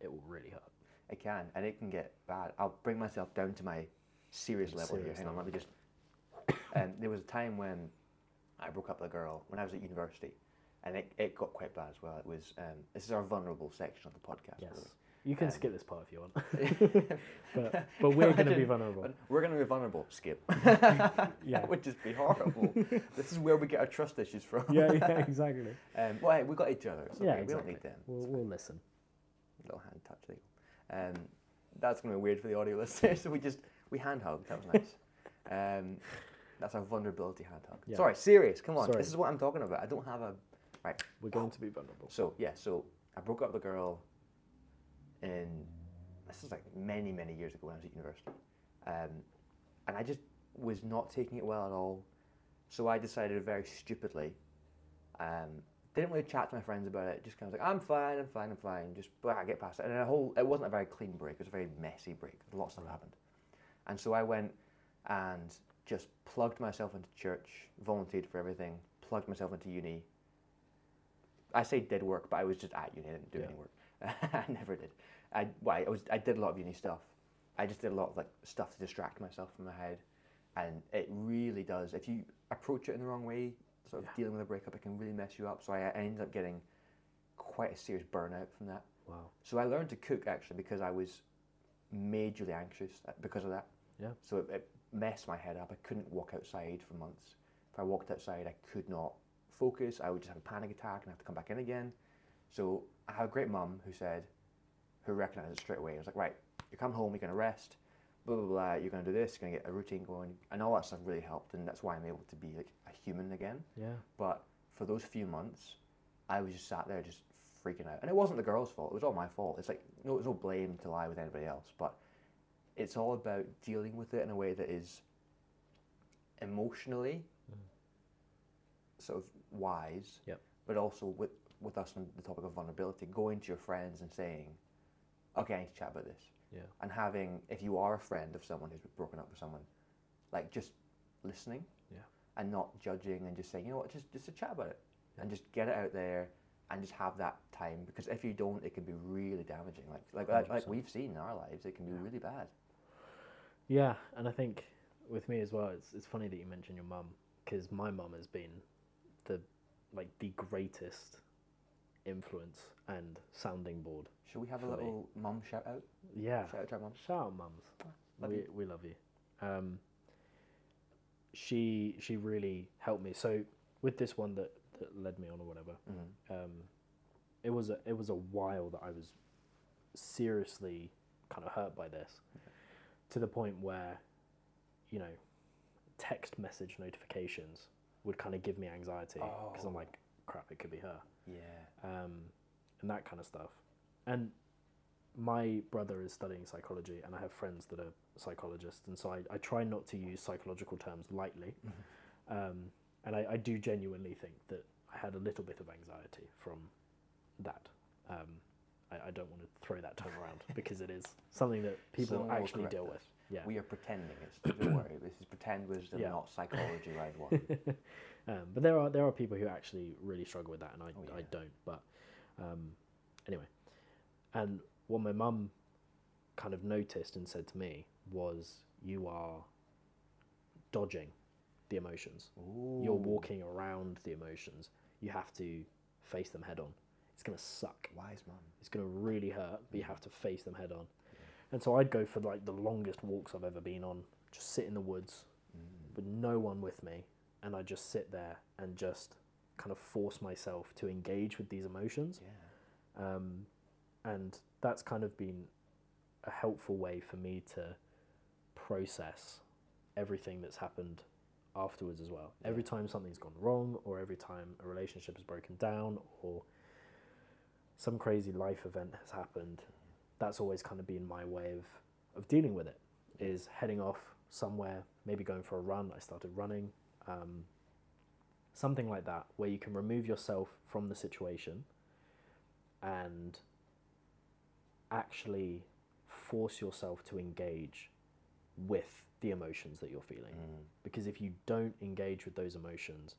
Speaker 1: it will really hurt.
Speaker 2: It can, and it can get bad. I'll bring myself down to my serious level here.
Speaker 1: Serious
Speaker 2: Hang on, let me just. [COUGHS] Um, there was a time when I broke up with a girl when I was at university, and it, it got quite bad as well. It was um, this is our vulnerable section of the podcast.
Speaker 1: Yes.
Speaker 2: really.
Speaker 1: You can
Speaker 2: Um,
Speaker 1: skip this part if you [LAUGHS] want. but but we're going to be
Speaker 2: Imagine-
Speaker 1: vulnerable. [LAUGHS]
Speaker 2: We're going to be vulnerable. Skip. [LAUGHS]
Speaker 1: Yeah.
Speaker 2: That would just be horrible.
Speaker 1: [LAUGHS]
Speaker 2: this is where we get our trust issues from.
Speaker 1: yeah, yeah, exactly.
Speaker 2: [LAUGHS] Um, well, hey, we got each other. It's
Speaker 1: yeah,
Speaker 2: okay.
Speaker 1: exactly.
Speaker 2: We don't need them.
Speaker 1: We'll, we'll listen.
Speaker 2: Little hand touch there. Um, that's going to be weird for the audio [LAUGHS] listeners. So we just we hand hugged. That was nice. um, that's our vulnerability hand hug.
Speaker 1: Yeah.
Speaker 2: Sorry, serious. Come on.
Speaker 1: Sorry.
Speaker 2: This is what I'm talking about. I don't have a right.
Speaker 1: We're going to be vulnerable.
Speaker 2: So yeah, so I broke up with a girl in this is like many, many years ago when I was at university. Um, and I just was not taking it well at all. So I decided very stupidly, um, didn't really chat to my friends about it, just kind of like, I'm fine, I'm fine, I'm fine, just blah, get past it. And a whole, it wasn't a very clean break, it was a very messy break. Lots of stuff happened. And so I went and just plugged myself into church, volunteered for everything, plugged myself into uni. I say did work, but I was just at uni. I didn't do
Speaker 1: Yeah.
Speaker 2: any work. [LAUGHS] I never did. I well, I was I did a lot of uni stuff. I just did a lot of like stuff to distract myself from my head, and it really does. If you approach it in the wrong way, sort of dealing with a breakup, it can really mess you up. So I, I ended up getting quite a serious burnout from that.
Speaker 1: Wow.
Speaker 2: So I learned to cook actually because I was majorly anxious at- because of that.
Speaker 1: Yeah.
Speaker 2: So it, it messed my head up. I couldn't walk outside for months. If I walked outside, I could not focus. I would just have a panic attack and have to come back in again. So I had a great mum who said, who recognised it straight away. I was like, right, you come home, you're gonna rest, blah blah blah. You're gonna do this. You're gonna get a routine going, and all that stuff really helped. And that's why I'm able to be like a human again.
Speaker 1: Yeah.
Speaker 2: But for those few months, I was just sat there just freaking out. And it wasn't the girl's fault, it was all my fault. It's like, no, it's no blame to lie with anybody else, but it's all about dealing with it in a way that is emotionally sort of wise,
Speaker 1: Mm. Yep.
Speaker 2: but also with, with us on the topic of vulnerability, going to your friends and saying, okay, I need to chat about this
Speaker 1: Yeah.
Speaker 2: and having if you are a friend of someone who's broken up with someone, like just listening,
Speaker 1: Yeah.
Speaker 2: and not judging and just saying, you know what, just just to chat about it, and just get it out there, and just have that time because if you don't, it can be really damaging. Like like like, like
Speaker 1: 100%.
Speaker 2: we've seen in our lives, it can be really bad.
Speaker 1: Yeah, and I think with me as well, it's it's funny that you mentioned your mum because my mum has been the like the greatest influence and sounding board.
Speaker 2: Shall we have a
Speaker 1: Fully.
Speaker 2: little mum shout out?
Speaker 1: Yeah.
Speaker 2: Shout out to our mums.
Speaker 1: Shout out, mums.
Speaker 2: Love
Speaker 1: we
Speaker 2: you.
Speaker 1: we love you. Um, she she really helped me. So with this one that, that led me on or whatever, um, it was a, it was a while that I was seriously kind of hurt by this, to the point where, you know, text message notifications would kind of give me anxiety because I'm like, crap, it could be her
Speaker 2: Yeah.
Speaker 1: um, and that kind of stuff. And my brother is studying psychology, and I have friends that are psychologists, and so I, I try not to use psychological terms lightly. um, and I, I do genuinely think that I had a little bit of anxiety from that. Um, I, I don't want to throw that term around because it is something that people
Speaker 2: Someone will
Speaker 1: actually
Speaker 2: correct
Speaker 1: deal
Speaker 2: us.
Speaker 1: with. Yeah.
Speaker 2: We are pretending it's
Speaker 1: [COUGHS]
Speaker 2: don't worry. This is pretend wisdom,
Speaker 1: Yeah.
Speaker 2: not
Speaker 1: [LAUGHS]
Speaker 2: psychology round one.
Speaker 1: Um, but there are there are people who actually really struggle with that, and I, I
Speaker 2: yeah.
Speaker 1: don't. But um, anyway, and what my mum kind of noticed and said to me was, "You are dodging the emotions. You're walking around the emotions. You have to face them head on. It's gonna suck.
Speaker 2: Wise mum.
Speaker 1: It's gonna really hurt, but you have to face them head on." And so I'd go for like the longest walks I've ever been on, just sit in the woods with no one with me, and I just sit there and just kind of force myself to engage with these emotions.
Speaker 2: Yeah.
Speaker 1: Um, and that's kind of been a helpful way for me to process everything that's happened afterwards as well. Every time something's gone wrong, or every time a relationship has broken down, or some crazy life event has happened, that's always kind of been my way of, of dealing with it is heading off somewhere, maybe going for a run. I started running, um, something like that, where you can remove yourself from the situation and actually force yourself to engage with the emotions that you're feeling. Because if you don't engage with those emotions,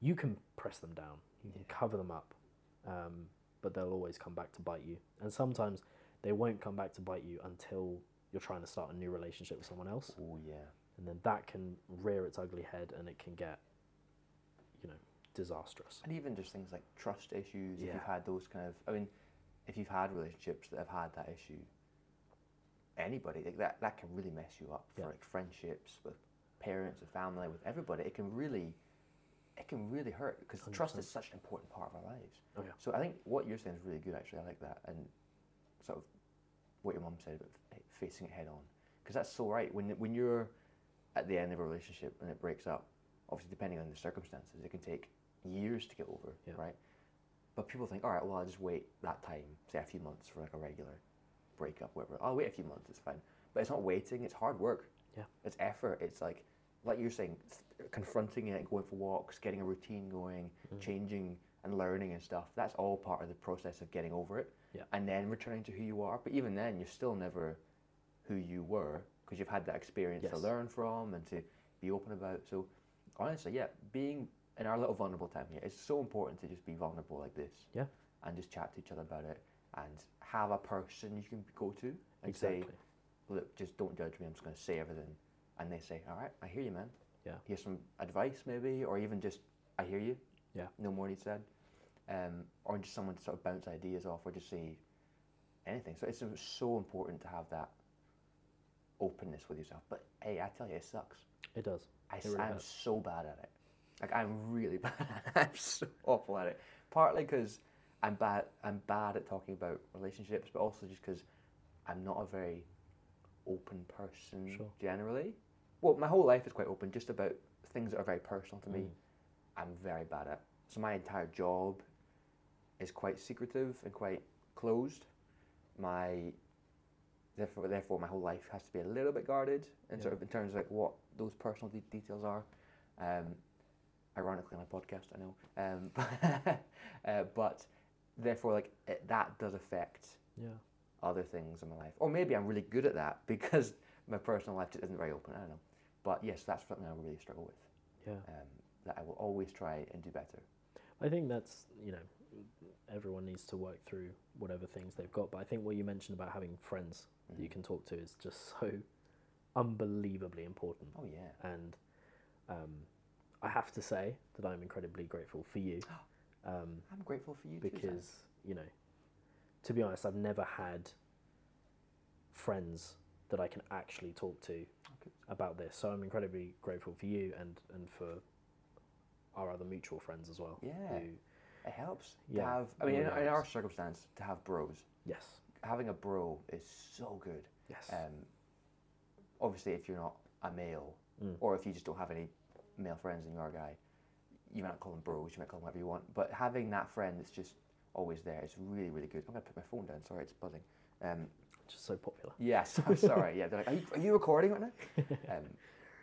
Speaker 1: you can press them down, you can cover them up, um, but they'll always come back to bite you. And sometimes They won't come back to bite you until you're trying to start a new relationship with someone else,
Speaker 2: Oh yeah.
Speaker 1: and then that can rear its ugly head, and it can get, you know, disastrous.
Speaker 2: And even just things like trust issues, if
Speaker 1: Yeah.
Speaker 2: you've had those kind of, I mean, if you've had relationships that have had that issue, anybody, like that, that can really mess you up
Speaker 1: Yeah.
Speaker 2: for like friendships, with parents, with family, with everybody. It can really, it can really hurt because trust is such an important part of our lives.
Speaker 1: Oh, yeah.
Speaker 2: So I think what you're saying is really good actually. I like that. And sort of what your mum said about f- eh, facing it head on. Because that's so right. When, when you're at the end of a relationship and it breaks up, obviously depending on the circumstances, it can take years to get over,
Speaker 1: Yeah.
Speaker 2: right? But people think, all right, well, I'll just wait that time, say a few months for like a regular breakup, whatever. I'll wait a few months, it's fine. But it's not waiting, it's hard work.
Speaker 1: Yeah.
Speaker 2: It's effort. It's like, like you're saying, s- confronting it, going for walks, getting a routine going,
Speaker 1: Mm-hmm.
Speaker 2: changing and learning and stuff. That's all part of the process of getting over it.
Speaker 1: Yeah.
Speaker 2: And then returning to who you are. But even then, you're still never who you were because you've had that experience to
Speaker 1: Yes.
Speaker 2: learn from and to be open about. So, honestly, yeah, being in our little vulnerable time here, it's so important to just be vulnerable like this.
Speaker 1: Yeah.
Speaker 2: And just chat to each other about it and have a person you can go to and say,
Speaker 1: Exactly.
Speaker 2: look, just don't judge me. I'm just going to say everything. And they say, all right, I hear you, man.
Speaker 1: Yeah.
Speaker 2: Here's some advice, maybe, or even just, I hear you.
Speaker 1: Yeah.
Speaker 2: No more needs said. Um, or just someone to sort of bounce ideas off or just say anything. So it's so important to have that openness with yourself. But hey, I tell you, it sucks.
Speaker 1: It does.
Speaker 2: I,
Speaker 1: It really
Speaker 2: am
Speaker 1: hurts.
Speaker 2: so bad at it. Like I'm really [LAUGHS] bad. At it. I'm so awful at it. Partly because I'm bad. I'm bad at talking about relationships, but also just because I'm not a very open person
Speaker 1: Sure.
Speaker 2: generally. Well, my whole life is quite open, just about things that are very personal to
Speaker 1: Mm.
Speaker 2: me. I'm very bad at. So my entire job is quite secretive and quite closed. My therefore, therefore my whole life has to be a little bit guarded and sort of in terms of like what those personal de- details are. Um, ironically, on a podcast, I know, um, [LAUGHS] but, uh, but therefore, like it, that does affect
Speaker 1: Yeah.
Speaker 2: other things in my life, or maybe I'm really good at that because [LAUGHS] my personal life just isn't very open. I don't know, but yes, that's something I really struggle with.
Speaker 1: Yeah.
Speaker 2: Um, that I will always try and do better.
Speaker 1: I think that's you know everyone needs to work through whatever things they've got. But I think what you mentioned about having friends that you
Speaker 2: Mm-hmm.
Speaker 1: can talk to is just [LAUGHS] so unbelievably important.
Speaker 2: Oh yeah.
Speaker 1: And um, I have to say that I'm incredibly grateful for
Speaker 2: [GASPS]
Speaker 1: you um,
Speaker 2: I'm grateful for you too, Zach.
Speaker 1: because you know, to be honest, I've never had friends that I can actually talk to about this. So I'm incredibly grateful for you and and for our other mutual friends as well.
Speaker 2: Yeah.
Speaker 1: who-
Speaker 2: it helps to
Speaker 1: Yeah,
Speaker 2: have. I
Speaker 1: it
Speaker 2: mean, in,
Speaker 1: really
Speaker 2: in our
Speaker 1: helps.
Speaker 2: circumstance, to have bros,
Speaker 1: yes.
Speaker 2: having a bro is so good.
Speaker 1: Yes.
Speaker 2: Um, obviously, if you're not a male,
Speaker 1: Mm.
Speaker 2: or if you just don't have any male friends and you're a guy, you might not call them bros. You might call them whatever you want. But having that friend that's just always there is really, really good. I'm gonna put my phone down. Sorry, it's buzzing. Um,
Speaker 1: Just so popular.
Speaker 2: Yes,
Speaker 1: [LAUGHS]
Speaker 2: I'm sorry. Yeah, they're like, are you, are you recording right now? um,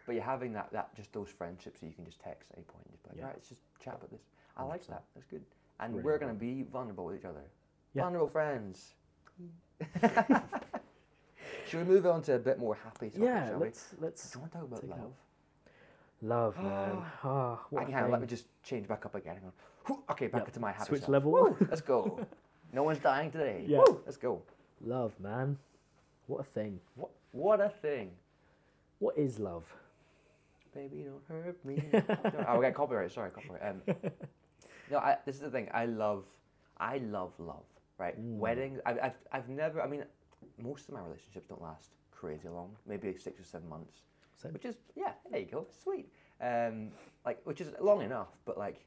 Speaker 2: but you're having that, that just those friendships that you can just text at any point and just be like,
Speaker 1: Yeah.
Speaker 2: right, let's just chat about this. I like that. That's good. And
Speaker 1: Really
Speaker 2: we're going to be vulnerable with each other.
Speaker 1: Yeah. [LAUGHS]
Speaker 2: Vulnerable friends. [LAUGHS] Should we move on to a bit more happy topic,
Speaker 1: Yeah,
Speaker 2: shall we?
Speaker 1: let's let's
Speaker 2: Do you want to talk about
Speaker 1: take it
Speaker 2: love?
Speaker 1: up. love, man. Ah, what
Speaker 2: I
Speaker 1: a
Speaker 2: can handle- let me
Speaker 1: thing.
Speaker 2: just change back up again. Hang on. Whew, Okay, back
Speaker 1: Yep.
Speaker 2: to my happy
Speaker 1: Switch
Speaker 2: self.
Speaker 1: level.
Speaker 2: Woo,
Speaker 1: [LAUGHS]
Speaker 2: let's go. no one's dying today.
Speaker 1: Yeah.
Speaker 2: Woo, let's go.
Speaker 1: love, man. What a thing.
Speaker 2: What, what a thing.
Speaker 1: What is love?
Speaker 2: Baby, don't hurt me. No, [LAUGHS] oh, we got copyright. Sorry, copyright. Um, no, I, this is the thing. I love, I love love. Right, weddings. I've, I've, I've never. I mean, most of my relationships don't last crazy long. Maybe six or seven months,
Speaker 1: Same.
Speaker 2: which is yeah. There you go. Sweet. Um, like which is long enough, but like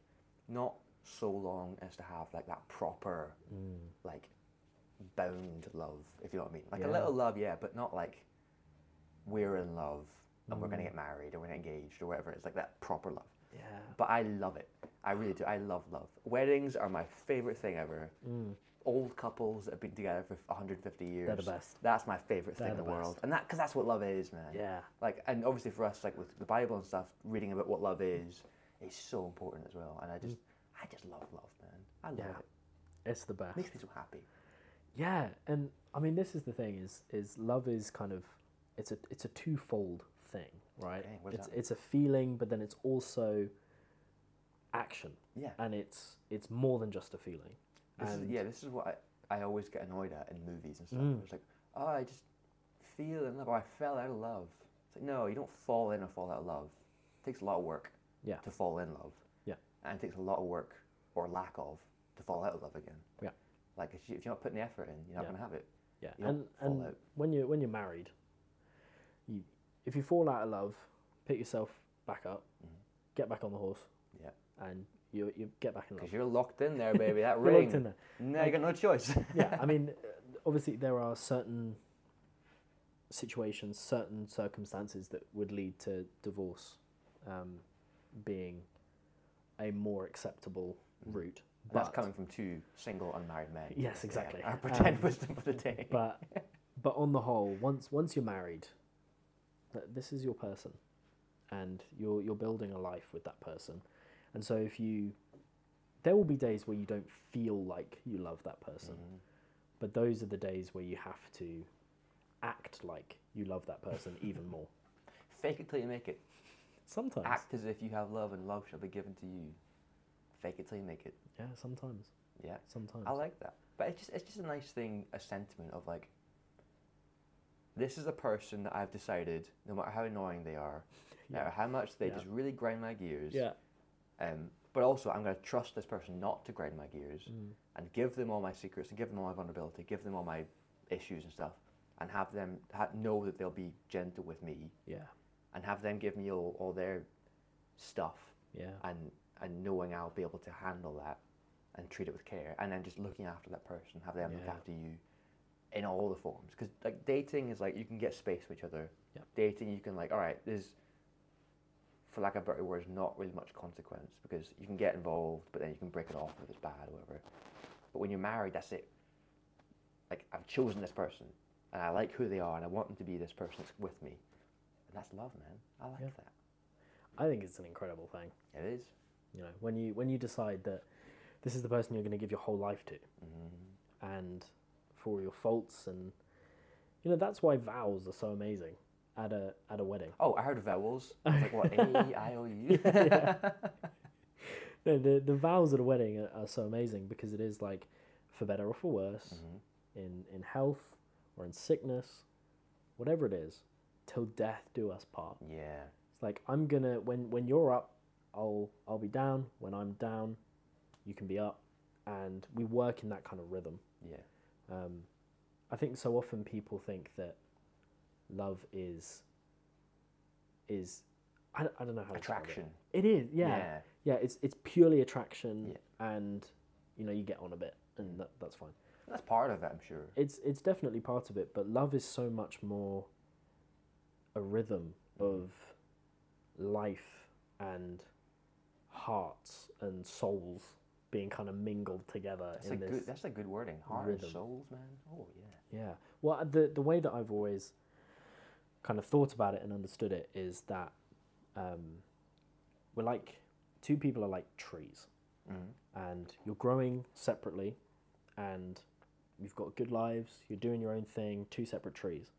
Speaker 2: not so long as to have like that proper
Speaker 1: mm,
Speaker 2: like bound love, if you know what I mean. Like a
Speaker 1: Yeah.
Speaker 2: little love, yeah, but not like we're in love and we're
Speaker 1: Mm.
Speaker 2: gonna get married or we're gonna get engaged or whatever. It's like that proper love.
Speaker 1: Yeah.
Speaker 2: But I love it. I really do. I love love. Weddings are my favorite thing ever. Old couples that have been together for 150 years.
Speaker 1: Mm. They're the best.
Speaker 2: That's my favorite thing
Speaker 1: They're
Speaker 2: in the,
Speaker 1: the
Speaker 2: world.
Speaker 1: best.
Speaker 2: And that, because that's what love is, man.
Speaker 1: Yeah.
Speaker 2: Like, and obviously for us, like with the Bible and stuff, reading about what love is is so important as well. And I just, I just love love, man. I love
Speaker 1: Mm. Yeah.
Speaker 2: it.
Speaker 1: It's the best.
Speaker 2: Makes me so happy.
Speaker 1: Yeah, and I mean this is the thing is is love is kind of it's a it's a twofold thing, right?
Speaker 2: Okay, what does
Speaker 1: it's
Speaker 2: that mean?
Speaker 1: it's a feeling, but then it's also action.
Speaker 2: Yeah.
Speaker 1: And it's it's more than just a feeling.
Speaker 2: This is,
Speaker 1: And-
Speaker 2: yeah, this is what I, I always get annoyed at in movies and stuff.
Speaker 1: Mm.
Speaker 2: It's like, oh, I just feel in love, or I fell out of love. It's like, no, you don't fall in or fall out of love. It takes a lot of work
Speaker 1: Yeah.
Speaker 2: to fall in love.
Speaker 1: Yeah.
Speaker 2: And it takes a lot of work, or lack of, to fall out of love again.
Speaker 1: Yeah.
Speaker 2: Like, if you- if you're not putting the effort in, you're not
Speaker 1: Yeah.
Speaker 2: going to have it.
Speaker 1: Yeah,
Speaker 2: You
Speaker 1: and
Speaker 2: don't fall
Speaker 1: and
Speaker 2: out.
Speaker 1: when you when you're married, you if you fall out of love, pick yourself back up, get back on the horse,
Speaker 2: Mm-hmm. Yeah.
Speaker 1: and you you get back in love.
Speaker 2: Because you're locked in there, baby.
Speaker 1: [LAUGHS]
Speaker 2: That
Speaker 1: You're
Speaker 2: ring.
Speaker 1: locked in there.
Speaker 2: No, you got no choice.
Speaker 1: [LAUGHS] yeah, I mean, uh, obviously there are certain situations, certain circumstances that would lead to divorce um, being a more acceptable route.
Speaker 2: [LAUGHS] Mm-hmm. And
Speaker 1: But
Speaker 2: That's coming from two single unmarried men.
Speaker 1: Yes, exactly.
Speaker 2: Our pretend [LAUGHS]
Speaker 1: Um,
Speaker 2: wisdom for the day. [LAUGHS]
Speaker 1: but but on the whole, once once you're married, th- this is your person, and you're you're building a life with that person, and so if you, there will be days where you don't feel like you love that person,
Speaker 2: Mm-hmm.
Speaker 1: but those are the days where you have to act like you love that person
Speaker 2: [LAUGHS]
Speaker 1: even more.
Speaker 2: Fake it till you make it.
Speaker 1: Sometimes,
Speaker 2: Act as if you have love and love shall be given to you. Fake it till you make it.
Speaker 1: yeah, sometimes,
Speaker 2: Yeah.
Speaker 1: sometimes.
Speaker 2: I like that. But it's just it's just a nice thing, a sentiment of like this is a person that I've decided, no matter how annoying they are, no
Speaker 1: Yeah.
Speaker 2: matter how much they
Speaker 1: Yeah.
Speaker 2: just really grind my gears.
Speaker 1: yeah,
Speaker 2: Um, but also I'm gonna trust this person not to grind my gears
Speaker 1: Mm.
Speaker 2: and give them all my secrets and give them all my vulnerability, give them all my issues and stuff, and have them ha- know that they'll be gentle with me
Speaker 1: yeah,
Speaker 2: and have them give me all, all their stuff
Speaker 1: yeah,
Speaker 2: and and knowing I'll be able to handle that and treat it with care and then just looking after that person, have them look
Speaker 1: Yeah.
Speaker 2: after you in all the forms because like dating is like you can get space with each other.
Speaker 1: Yep.
Speaker 2: Dating you can like all right, there's for lack of better words, not really much consequence because you can get involved, but then you can break it off if it's bad or whatever. But when you're married, that's it. Like I've chosen this person, and I like who they are, and I want them to be this person that's with me, and that's love, man. I like
Speaker 1: Yeah.
Speaker 2: that.
Speaker 1: I think it's an incredible thing.
Speaker 2: It is.
Speaker 1: You know, when you when you decide that this is the person you're going to give your whole life to,
Speaker 2: Mm-hmm.
Speaker 1: and for all your faults, and you know that's why vows are so amazing at a at a wedding.
Speaker 2: Oh, I heard vowels. I was like, what?
Speaker 1: [LAUGHS]
Speaker 2: A I O U. [LAUGHS]
Speaker 1: No, the the vows at a wedding are, are so amazing because it is like for better or for worse,
Speaker 2: Mm-hmm.
Speaker 1: in in health or in sickness, whatever it is, till death do us part.
Speaker 2: Yeah.
Speaker 1: It's like I'm gonna when when you're up, I'll I'll be down. When I'm down, you can be up, and we work in that kind of rhythm.
Speaker 2: Yeah.
Speaker 1: Um, I think so often people think that love is is I, don't- I don't know how to describe it.
Speaker 2: Attraction.
Speaker 1: It is, yeah. yeah,
Speaker 2: Yeah.
Speaker 1: It's it's purely attraction,
Speaker 2: Yeah.
Speaker 1: and you know you get on a bit, and that, that's fine.
Speaker 2: That's part of it, I'm sure.
Speaker 1: It's it's definitely part of it, but love is so much more a rhythm
Speaker 2: Mm-hmm.
Speaker 1: of life and hearts and souls being kind of mingled together
Speaker 2: That's a
Speaker 1: in this
Speaker 2: good. That's a good wording. Heart
Speaker 1: rhythm.
Speaker 2: and souls, man. Oh yeah.
Speaker 1: Yeah. Well, uh, the the way that I've always kind of thought about it and understood it is that um, we're like two people are like trees, and you're growing separately, and you've got good lives. You're doing your own thing. Two separate trees,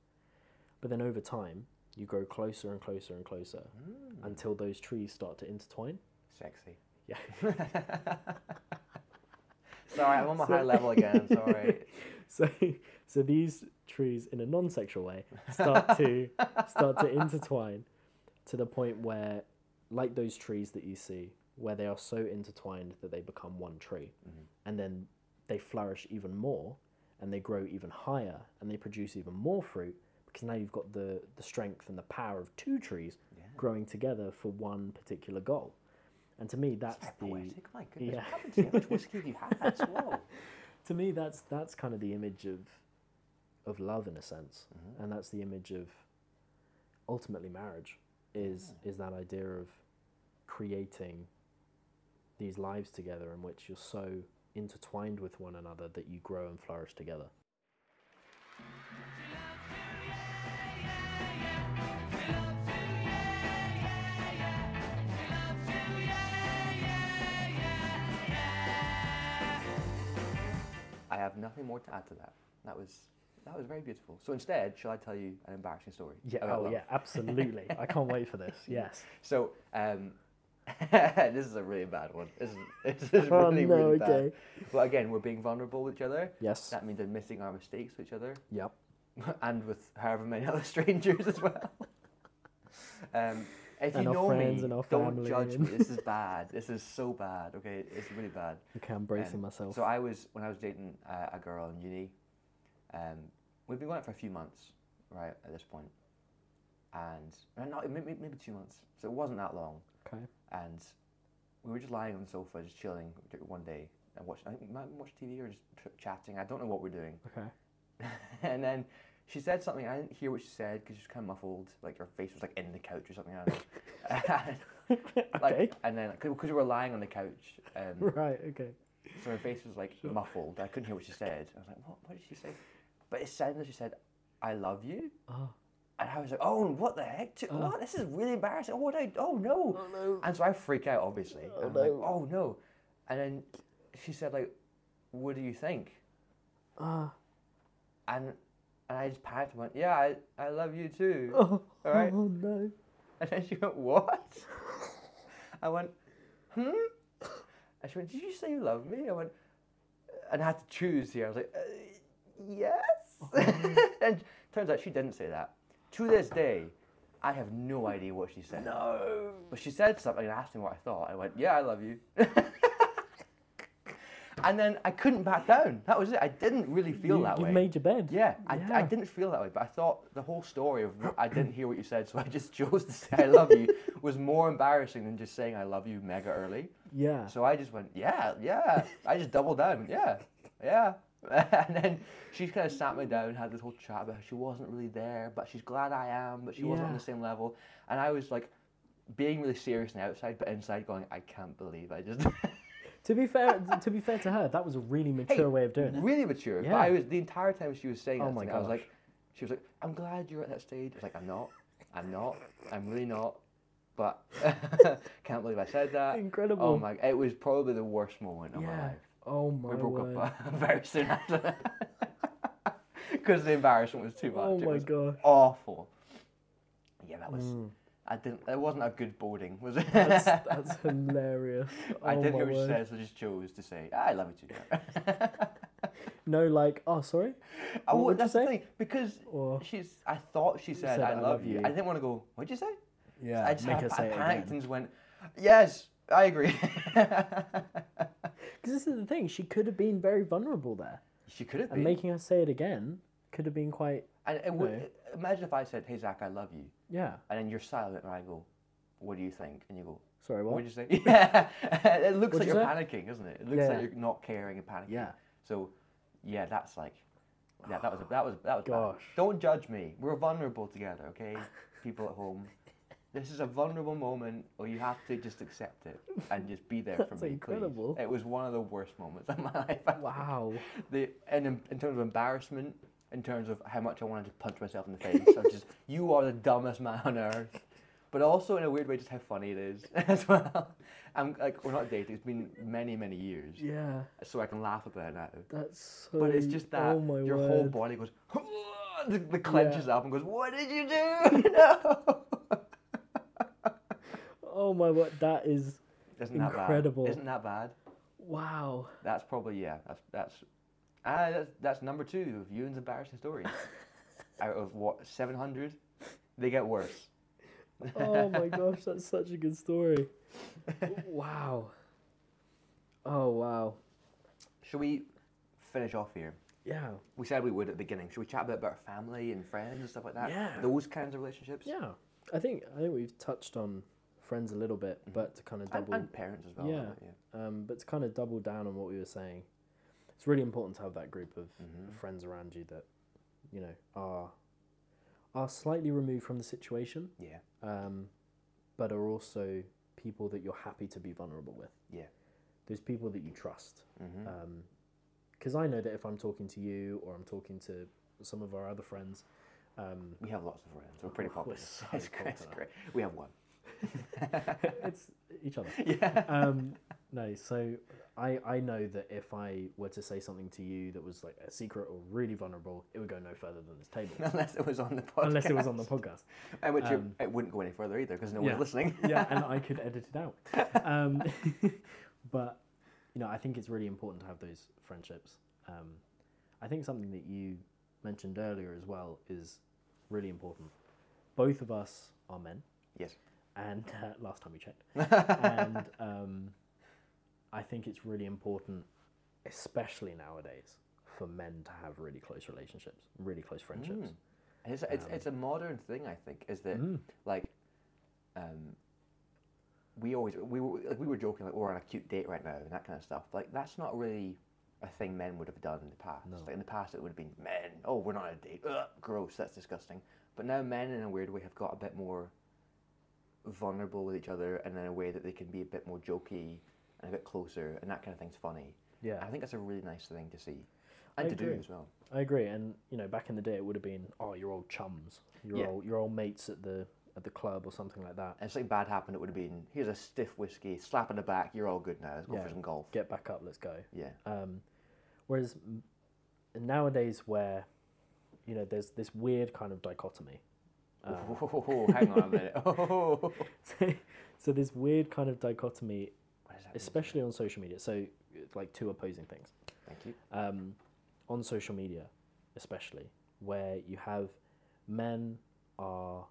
Speaker 1: but then over time you grow closer and closer and closer until those trees start to intertwine.
Speaker 2: Mm. Sexy.
Speaker 1: Yeah.
Speaker 2: [LAUGHS] Sorry, I'm on my high level again.
Speaker 1: [LAUGHS]
Speaker 2: I'm Sorry.
Speaker 1: So, so these trees, in a non-sexual way, start to start to intertwine to the point where, like those trees that you see, where they are so intertwined that they become one tree, and then they flourish even more, and they grow even higher, and they produce even more fruit because now you've got the the strength and the power of two trees growing together for one particular goal. And to me, that's
Speaker 2: Very
Speaker 1: the
Speaker 2: poetic. My
Speaker 1: yeah.
Speaker 2: goodness. What happened to you? How much whiskey have you
Speaker 1: [LAUGHS]
Speaker 2: had? Whoa.
Speaker 1: to me that's that's kind of the image of of love in a sense
Speaker 2: Mm-hmm.
Speaker 1: and that's the image of ultimately marriage is
Speaker 2: Mm-hmm.
Speaker 1: is that idea of creating these lives together in which you're so intertwined with one another that you grow and flourish together
Speaker 2: I have nothing more to add to that. That was that was very beautiful. So instead, shall I tell you an embarrassing story? [LAUGHS]
Speaker 1: yeah
Speaker 2: about
Speaker 1: oh
Speaker 2: love?
Speaker 1: yeah absolutely i can't wait for this yes
Speaker 2: So um, [LAUGHS] this is a really bad one. This is, this is [LAUGHS]
Speaker 1: Oh,
Speaker 2: really,
Speaker 1: no,
Speaker 2: really bad.
Speaker 1: okay.
Speaker 2: But again, we're being vulnerable with each other.
Speaker 1: Yes.
Speaker 2: That means admitting our mistakes with each other [LAUGHS]
Speaker 1: Yep.
Speaker 2: and with however many other [LAUGHS] strangers as well. [LAUGHS] Um, if
Speaker 1: And
Speaker 2: you
Speaker 1: our
Speaker 2: know
Speaker 1: friends
Speaker 2: me,
Speaker 1: and our
Speaker 2: don't
Speaker 1: family
Speaker 2: judge
Speaker 1: and- [LAUGHS]
Speaker 2: me. This is bad. This is so bad. Okay, it's really bad.
Speaker 1: Okay, I'm bracing
Speaker 2: Um,
Speaker 1: myself.
Speaker 2: So I was when I was dating uh, a girl in uni. Um, we've been going out for a few months, right? At this point, and uh, not maybe, maybe two months. So it wasn't that long,
Speaker 1: okay.
Speaker 2: and we were just lying on the sofa, just chilling d- one day and watching. I think we might watch TV or just ch- chatting. I don't know what we're doing. [LAUGHS]
Speaker 1: Okay.
Speaker 2: and then she said something. I didn't hear what she said because she was kind of muffled. Like her face was like in the couch or something. I [LAUGHS] don't know. like,
Speaker 1: okay. [LAUGHS]
Speaker 2: And then because we were lying on the couch. Um,
Speaker 1: Right. Okay.
Speaker 2: so her face was like muffled. I couldn't hear what she said. I was like, what, what did she say? But it sounded like she said, I love you.
Speaker 1: Oh.
Speaker 2: And I was like, oh, what the heck? T- what? This is really embarrassing. Oh, what I, oh, no.
Speaker 1: Oh, no.
Speaker 2: And so I freak out, obviously.
Speaker 1: Oh,
Speaker 2: and I'm like,
Speaker 1: no.
Speaker 2: oh, no. And then she said, like, what do you think?
Speaker 1: Ah.
Speaker 2: And, and I just panicked and went, yeah, I, I love you too.
Speaker 1: [LAUGHS] Oh,
Speaker 2: All right.
Speaker 1: oh, no.
Speaker 2: And then she went, What? I went, Hmm? And she went, Did you say you love me? I went, And I had to choose here. I was like, uh,
Speaker 1: [LAUGHS]
Speaker 2: Yes. and turns out she didn't say that. To this day, I have no idea what she said. No. But she said something and asked me what I thought. I went, Yeah, I love you. [LAUGHS] and then I couldn't back down. That was it. I didn't really feel
Speaker 1: you,
Speaker 2: that
Speaker 1: you've
Speaker 2: way.
Speaker 1: made your bed.
Speaker 2: Yeah, I, I
Speaker 1: Yeah.
Speaker 2: didn't feel that way, but I thought the whole story of
Speaker 1: [CLEARS THROAT]
Speaker 2: what- I didn't hear what you said, so I just [LAUGHS] chose to say I love you was more embarrassing than just saying I love you mega early.
Speaker 1: Yeah.
Speaker 2: So I just went, yeah, yeah. I just doubled down, yeah, yeah. [LAUGHS] and then she kind of sat me down, had this whole chat about how she wasn't really there, but she's glad I am, but she wasn't on
Speaker 1: Yeah.
Speaker 2: the same level. And I was like being really serious on the outside, but inside going, I can't believe
Speaker 1: [LAUGHS]
Speaker 2: I just. [LAUGHS]
Speaker 1: To be fair, to be fair to her, that was a really mature way of doing it.
Speaker 2: Really mature. But
Speaker 1: Yeah.
Speaker 2: I was the entire time she was saying
Speaker 1: Oh
Speaker 2: that
Speaker 1: my
Speaker 2: to me, I was
Speaker 1: gosh.
Speaker 2: like, she was like, I'm glad you're at that stage. I was like, I'm not. I'm not. I'm really not. But [LAUGHS] can't believe I said that. Oh
Speaker 1: Incredible.
Speaker 2: my! It was probably the worst moment of my
Speaker 1: Yeah.
Speaker 2: life.
Speaker 1: Oh my
Speaker 2: We broke
Speaker 1: word.
Speaker 2: up [LAUGHS] very soon after [LAUGHS] because the embarrassment was too much.
Speaker 1: Oh
Speaker 2: it
Speaker 1: my
Speaker 2: was
Speaker 1: gosh.
Speaker 2: [LAUGHS] Awful. Yeah, that was. I didn't. It wasn't a good boarding, was it? [LAUGHS]
Speaker 1: That's, that's hilarious.
Speaker 2: I
Speaker 1: Oh
Speaker 2: didn't
Speaker 1: my
Speaker 2: hear what she
Speaker 1: word.
Speaker 2: said, so I just chose to say, "I love you [LAUGHS] too."
Speaker 1: No, like, oh, sorry.
Speaker 2: I
Speaker 1: What
Speaker 2: would,
Speaker 1: would you
Speaker 2: that's the
Speaker 1: say?
Speaker 2: thing because
Speaker 1: Or-
Speaker 2: she's. I thought she said, I, love, you. I didn't want to go. What'd you say?
Speaker 1: Yeah.
Speaker 2: I just
Speaker 1: make
Speaker 2: I,
Speaker 1: her
Speaker 2: I
Speaker 1: say it
Speaker 2: panicked
Speaker 1: again.
Speaker 2: and just went, yes, I agree.
Speaker 1: Because this is the thing. She could have been very vulnerable there,
Speaker 2: [LAUGHS] she could have
Speaker 1: and
Speaker 2: been.
Speaker 1: making her say it again could have been quite.
Speaker 2: and it would,
Speaker 1: No.
Speaker 2: imagine if I said, hey Zach, I love you,
Speaker 1: Yeah.
Speaker 2: and then you're silent, and I go, what do you think? And you go.
Speaker 1: Sorry.
Speaker 2: What
Speaker 1: What?
Speaker 2: would you say? [LAUGHS] Yeah, [LAUGHS] it looks
Speaker 1: What'd
Speaker 2: like
Speaker 1: you
Speaker 2: you're
Speaker 1: say?
Speaker 2: panicking, doesn't it? It looks
Speaker 1: Yeah,
Speaker 2: like
Speaker 1: yeah.
Speaker 2: you're not caring and panicking.
Speaker 1: Yeah.
Speaker 2: So, yeah, that's like, yeah, that was a, that was that was. bad.
Speaker 1: Gosh.
Speaker 2: Don't judge me. We're vulnerable together, okay? People at home, this is a vulnerable moment, or you have to just accept it and just be there for
Speaker 1: [LAUGHS] That's
Speaker 2: me. please.
Speaker 1: incredible.
Speaker 2: It was one of the worst moments of my [LAUGHS] life. I think.
Speaker 1: Wow.
Speaker 2: The and in, in terms of embarrassment. In terms of how much I wanted to punch myself in the face,
Speaker 1: [LAUGHS]
Speaker 2: I'm just you are the dumbest man on earth but also in a weird way, just how funny it is [LAUGHS] as well. I'm like, we're not dating. It's been many, many years,
Speaker 1: Yeah.
Speaker 2: so I can laugh about it now.
Speaker 1: That's so.
Speaker 2: But it's just that
Speaker 1: Oh my
Speaker 2: your whole
Speaker 1: word.
Speaker 2: body goes, [LAUGHS] the, the clenches up and goes, "What did you do?" [LAUGHS] no,
Speaker 1: Oh my word. That is.
Speaker 2: isn't that
Speaker 1: Incredible.
Speaker 2: bad? Isn't that bad?
Speaker 1: Wow.
Speaker 2: That's probably yeah. That's that's ah, that's, that's number two of Ewan's
Speaker 1: [LAUGHS]
Speaker 2: embarrassing stories. Out of what seven hundred, they get worse.
Speaker 1: Oh [LAUGHS] my gosh, that's such a good story. Wow. Oh wow.
Speaker 2: Should we finish off here?
Speaker 1: Yeah.
Speaker 2: we said we would at the beginning. Should we chat a bit about our family and friends and stuff like that?
Speaker 1: Yeah.
Speaker 2: Those kinds of relationships.
Speaker 1: Yeah. I think I think we've touched on friends a little bit, but to kind of
Speaker 2: And,
Speaker 1: double
Speaker 2: and parents as well.
Speaker 1: yeah,
Speaker 2: right?
Speaker 1: Um, but to kind of double down on what we were saying, it's really important to have that group of friends around you that, you know, are are slightly removed from the situation,
Speaker 2: yeah. Yeah.
Speaker 1: um, but are also people that you're happy to be vulnerable with.
Speaker 2: Yeah.
Speaker 1: Those people that you trust.
Speaker 2: Mhm.
Speaker 1: Because um, I know that if I'm talking to you or I'm talking to some of our other friends, um,
Speaker 2: We have lots of friends. We're pretty
Speaker 1: We're
Speaker 2: popular. [LAUGHS]
Speaker 1: so
Speaker 2: it's great. It's
Speaker 1: popular. [LAUGHS]
Speaker 2: great. We have one.
Speaker 1: it's each other.
Speaker 2: Yeah. [LAUGHS]
Speaker 1: Um, [LAUGHS] No, so I I know that if I were to say something to you that was like a secret or really vulnerable, it would go no further than this
Speaker 2: [LAUGHS]
Speaker 1: table,
Speaker 2: Unless it was on the podcast.
Speaker 1: unless it was on the podcast.
Speaker 2: At which
Speaker 1: um,
Speaker 2: it, it wouldn't go any further either because no one's
Speaker 1: yeah. [LAUGHS]
Speaker 2: listening.
Speaker 1: yeah, and I could edit it out. Um, [LAUGHS] but you know, I think it's really important to have those friendships. Um, I think something that you mentioned earlier as well is really important. Both of us are men,
Speaker 2: yes.
Speaker 1: and uh, [LAUGHS] last time we checked, and um, I think it's really important, especially nowadays, for men to have really close relationships, really close friendships.
Speaker 2: And It's, it's, it's a
Speaker 1: Um,
Speaker 2: modern thing, I think, is that
Speaker 1: Mm.
Speaker 2: like, um, we always we were, like we were joking like "Oh, we're on a cute date right now and that kind of stuff. Like that's not really a thing men would have done in the past. Like in the past, it would have been men. Oh, we're not on a date. Ugh, gross. That's disgusting. But now men, in a weird way, have got a bit more vulnerable with each other, and in a way that they can be a bit more jokey and a bit closer, and that kind of thing's funny.
Speaker 1: Yeah.
Speaker 2: I think that's a really nice thing to see and
Speaker 1: I
Speaker 2: to
Speaker 1: agree.
Speaker 2: do as well.
Speaker 1: I agree, and you know, back in the day, it would have been oh, your old chums, your
Speaker 2: Yeah.
Speaker 1: old your old mates at the at the club or something like that.
Speaker 2: And if something bad happened, it would have been here's a stiff whiskey, slap in the back, you're all good now. Let's go
Speaker 1: Yeah.
Speaker 2: for some golf.
Speaker 1: Get back up, let's go.
Speaker 2: Yeah.
Speaker 1: Um, whereas m- nowadays, where you know, there's this weird kind of dichotomy. [LAUGHS] Uh,
Speaker 2: [LAUGHS] Oh, hang on a minute. Oh.
Speaker 1: So, so this weird kind of dichotomy,
Speaker 2: What does that mean?
Speaker 1: especially on social media. So, like two opposing things.
Speaker 2: [LAUGHS] Thank you.
Speaker 1: um, on social media, especially, where you have men are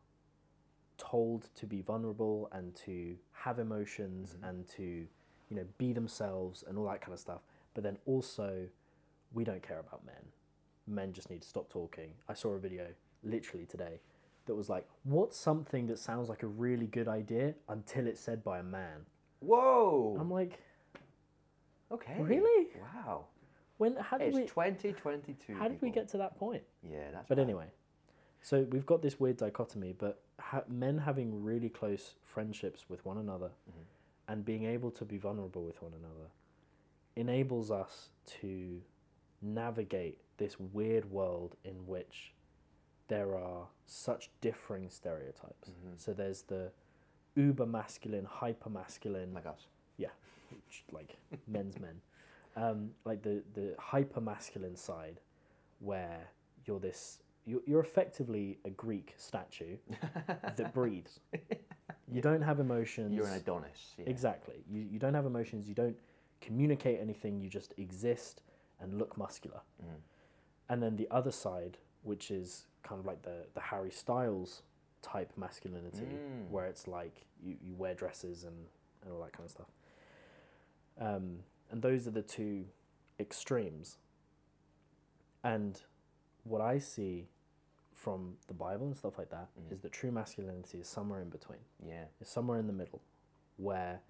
Speaker 1: told to be vulnerable and to have emotions and to, you know, be themselves and all that kind of stuff. But then also, we don't care about men. Men just need to stop talking. I saw a video literally today that was like, what's something that sounds like a really good idea until it's said by a man?
Speaker 2: Whoa.
Speaker 1: I'm like,
Speaker 2: Okay.
Speaker 1: really?
Speaker 2: Wow.
Speaker 1: when? How did
Speaker 2: It's
Speaker 1: we?
Speaker 2: 2022.
Speaker 1: How did we
Speaker 2: people.
Speaker 1: get to that point?
Speaker 2: Yeah, that's.
Speaker 1: But
Speaker 2: bad.
Speaker 1: anyway, so we've got this weird dichotomy, but ha- men having really close friendships with one another and being able to be vulnerable with one another enables us to navigate this weird world in which there are such differing stereotypes. So there's the uber masculine, hyper masculine,
Speaker 2: Like [LAUGHS] us.
Speaker 1: yeah, which, like men's men, um, like the the hyper masculine side, where you're this you're, you're effectively a Greek statue
Speaker 2: [LAUGHS]
Speaker 1: that breathes. You don't have emotions.
Speaker 2: You're an Adonis. Yeah.
Speaker 1: Exactly. You you don't have emotions. You don't communicate anything. You just exist and look muscular. And then the other side, which is kind of like the the Harry Styles type masculinity, where it's like you, you wear dresses and, and all that kind of stuff. Um, and those are the two extremes. And what I see from the Bible and stuff like that is that true masculinity is somewhere in between
Speaker 2: Yeah.
Speaker 1: is somewhere in the middle where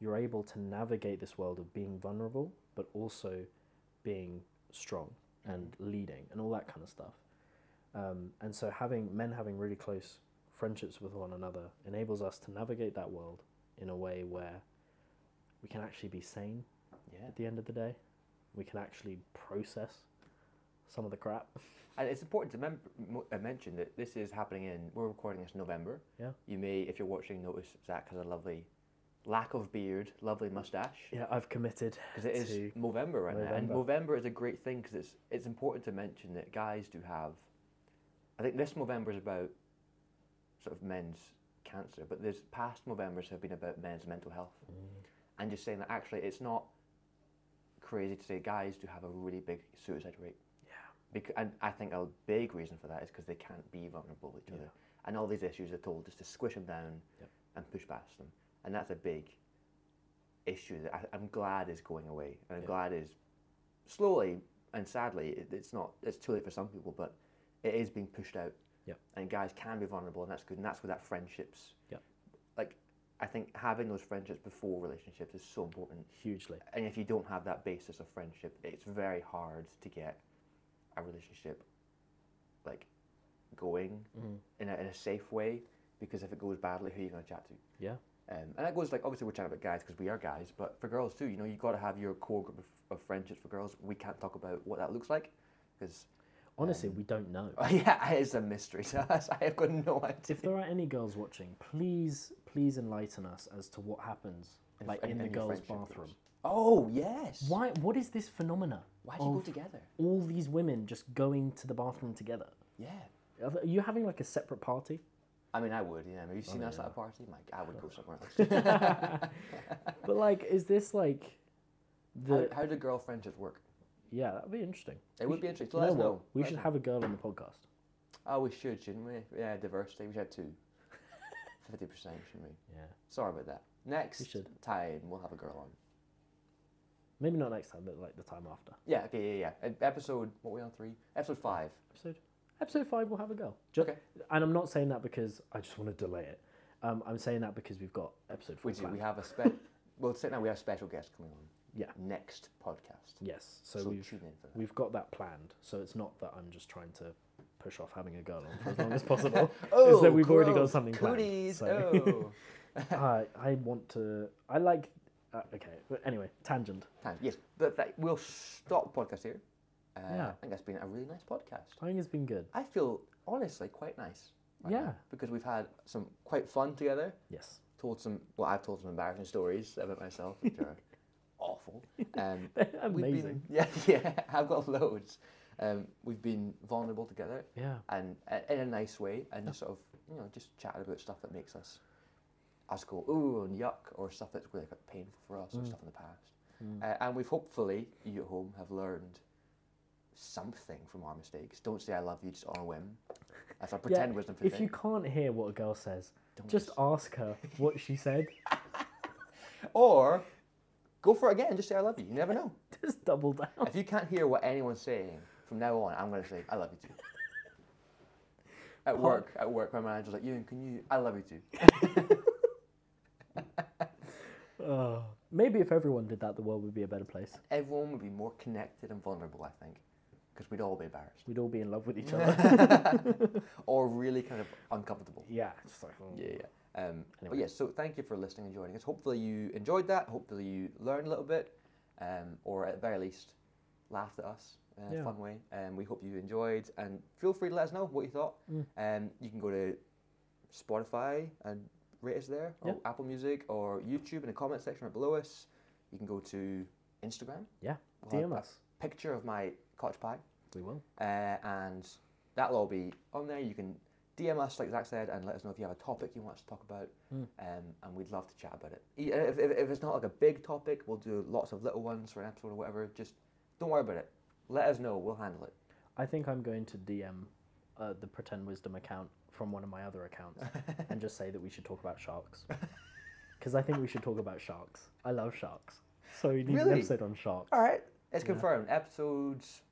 Speaker 1: you're able to navigate this world of being vulnerable but also being strong and leading and all that kind of stuff um, and so having men having really close friendships with one another enables us to navigate that world in a way where we can actually be sane
Speaker 2: Yeah.
Speaker 1: at the end of the day we can actually process some of the crap [LAUGHS]
Speaker 2: And it's important to mem- mo- uh, mention that this is happening in, we're recording this in November.
Speaker 1: Yeah.
Speaker 2: You may, if you're watching, notice Zach has a lovely lack of beard, lovely mustache.
Speaker 1: yeah i've committed
Speaker 2: Because it
Speaker 1: to-
Speaker 2: is November right now, and November is a great thing because it's it's important to mention that guys do have. I think this November is about sort of men's cancer, but there's past Novembers have been about men's mental health, and just saying that actually it's not crazy to say guys do have a really big suicide rate. Yeah. Bec- and I think a big reason for that is because they can't be vulnerable with each other, and all these issues are told just to squish them down
Speaker 1: Yep.
Speaker 2: and push past them, and that's a big issue that I, I'm glad is going away, and I'm glad is slowly and sadly it, it's not it's too late for some people, but it is being pushed out.
Speaker 1: Yep.
Speaker 2: And guys can be vulnerable, and that's good, and that's where that friendships.
Speaker 1: Yep.
Speaker 2: Like I think having those friendships before relationships is so important,
Speaker 1: hugely
Speaker 2: and if you don't have that basis of friendship, it's very hard to get a relationship like going
Speaker 1: Mm-hmm.
Speaker 2: in, a, in a safe way because if it goes badly, who are you going to chat to?
Speaker 1: yeah
Speaker 2: Um, and that goes like obviously we're chatting about guys because we are guys, but for girls too, you know, you got to have your core group of, of friendships for girls. We can't talk about what that looks like [LAUGHS] because
Speaker 1: honestly we don't know
Speaker 2: yeah, it's a mystery to us. [LAUGHS] I have got no idea.
Speaker 1: If there are any girls watching, please, please enlighten us as to what happens, like
Speaker 2: and-
Speaker 1: in the
Speaker 2: and your
Speaker 1: girls'
Speaker 2: friendship groups.
Speaker 1: bathroom.
Speaker 2: Oh yes.
Speaker 1: Why? What is this phenomena?
Speaker 2: Why do you go
Speaker 1: of
Speaker 2: together?
Speaker 1: All these women just going to the bathroom together.
Speaker 2: Yeah.
Speaker 1: Are th- Are you having like a separate party? [LAUGHS]
Speaker 2: I mean, I would. Yeah. Have
Speaker 1: Oh,
Speaker 2: you seen us at a party? Like, I would go somewhere else.
Speaker 1: [LAUGHS] But like, is this like the?
Speaker 2: how, how do girl friendships work?
Speaker 1: yeah, that'd be interesting.
Speaker 2: It would be interesting. So
Speaker 1: You
Speaker 2: let us
Speaker 1: know
Speaker 2: know.
Speaker 1: what? We
Speaker 2: Let us
Speaker 1: should
Speaker 2: know.
Speaker 1: have a girl on the podcast.
Speaker 2: Oh, we should, shouldn't we? Yeah, diversity. We should have two.
Speaker 1: [LAUGHS]
Speaker 2: Fifty percent, shouldn't we?
Speaker 1: Yeah.
Speaker 2: Sorry about that. Next
Speaker 1: should.
Speaker 2: time we'll have a girl on.
Speaker 1: Maybe not next time, but like the time after
Speaker 2: Yeah. Okay. Yeah. Yeah. E- Episode. What were we on? Three. Episode five.
Speaker 1: episode. Episode five, we'll have a girl. Ju-
Speaker 2: Okay.
Speaker 1: And I'm not saying that because I just want to delay it. Um, I'm saying that because we've got episode four.
Speaker 2: We do. We
Speaker 1: planned.
Speaker 2: have
Speaker 1: [LAUGHS]
Speaker 2: a spe- Well, sit now. We have a special guest coming on
Speaker 1: Yeah.
Speaker 2: next podcast.
Speaker 1: Yes. So,
Speaker 2: So
Speaker 1: we've
Speaker 2: tune in for that.
Speaker 1: we've got that planned. So it's not that I'm just trying to push off having a girl on for as long
Speaker 2: [LAUGHS]
Speaker 1: as possible. it's that we've already got
Speaker 2: gross.
Speaker 1: something planned.
Speaker 2: Oh, Cooties.
Speaker 1: So
Speaker 2: Oh.
Speaker 1: [LAUGHS] I I want to. I like. Uh, okay. But anyway, tangent.
Speaker 2: Time. Yes, but that, we'll stop podcast here. Uh,
Speaker 1: Yeah.
Speaker 2: I think that's been a really nice podcast.
Speaker 1: I think it's been good.
Speaker 2: I feel honestly quite nice. right now,
Speaker 1: Yeah.
Speaker 2: because we've had some quite fun together.
Speaker 1: Yes. [LAUGHS]
Speaker 2: Told some, well, I've told some embarrassing stories about myself,
Speaker 1: [LAUGHS]
Speaker 2: which are awful. Um, We've been,
Speaker 1: Amazing.
Speaker 2: [LAUGHS] yeah, yeah. I've got loads. Um, we've been vulnerable together.
Speaker 1: Yeah.
Speaker 2: and uh, in a nice way, and just sort of you know just chatting about stuff that makes us us go ooh and yuck, or stuff that's really quite painful for us,
Speaker 1: Mm.
Speaker 2: or stuff in the past. Uh, and we've hopefully you at home have learned something from our mistakes. Don't say I love you just on a whim.
Speaker 1: [LAUGHS]
Speaker 2: That's our pretend wisdom for the
Speaker 1: if
Speaker 2: day.
Speaker 1: you can't hear what a girl says, just ask her what she
Speaker 2: [LAUGHS]
Speaker 1: said.
Speaker 2: Or go for it again and just say I love you. You never know.
Speaker 1: just double down.
Speaker 2: If you can't hear what anyone's saying from now on, I'm gonna say I love
Speaker 1: [LAUGHS]
Speaker 2: you too. At work, at work, my manager's like, Ewan, can you? I love you too.
Speaker 1: [LAUGHS] Oh. Maybe if everyone did that, the world would be a better place.
Speaker 2: everyone would be more connected and vulnerable, I think, because we'd all
Speaker 1: [LAUGHS]
Speaker 2: be embarrassed [LAUGHS]
Speaker 1: We'd all be in love with each other. [LAUGHS]
Speaker 2: or really kind of uncomfortable.
Speaker 1: yeah. It's like, oh.
Speaker 2: Yeah, yeah. Um, But
Speaker 1: Anyway.
Speaker 2: yeah, so thank you for listening and joining us. Hopefully you enjoyed that. Hopefully you learned a little bit, um, or at the very least, laughed at us in a
Speaker 1: Yeah.
Speaker 2: fun way. And we hope you enjoyed. And feel free to let us know what you thought.
Speaker 1: Mm.
Speaker 2: Um, you can go to Spotify and rate us there, or
Speaker 1: Yeah.
Speaker 2: Apple Music, or YouTube in the comment section right below us. You can go to Instagram.
Speaker 1: Yeah.
Speaker 2: We'll have
Speaker 1: DM
Speaker 2: a
Speaker 1: us.
Speaker 2: Picture of my cottage pie
Speaker 1: We will.
Speaker 2: uh, and that'll all be on there. You can DM us, like Zach said, and let us know if you have a topic you want us to talk about, um, and we'd love to chat about it. E- If, if, if it's not like a big topic, we'll do lots of little ones for an episode or whatever. Just don't worry about it. Let us know. We'll handle it.
Speaker 1: I think I'm going to DM uh, the Pretend Wisdom account from one of my other accounts and just say that we should talk about
Speaker 2: [LAUGHS]
Speaker 1: sharks. Because I think we should talk about sharks. I love sharks. So we need
Speaker 2: Really?
Speaker 1: an episode on sharks.
Speaker 2: All right. It's confirmed. Episodes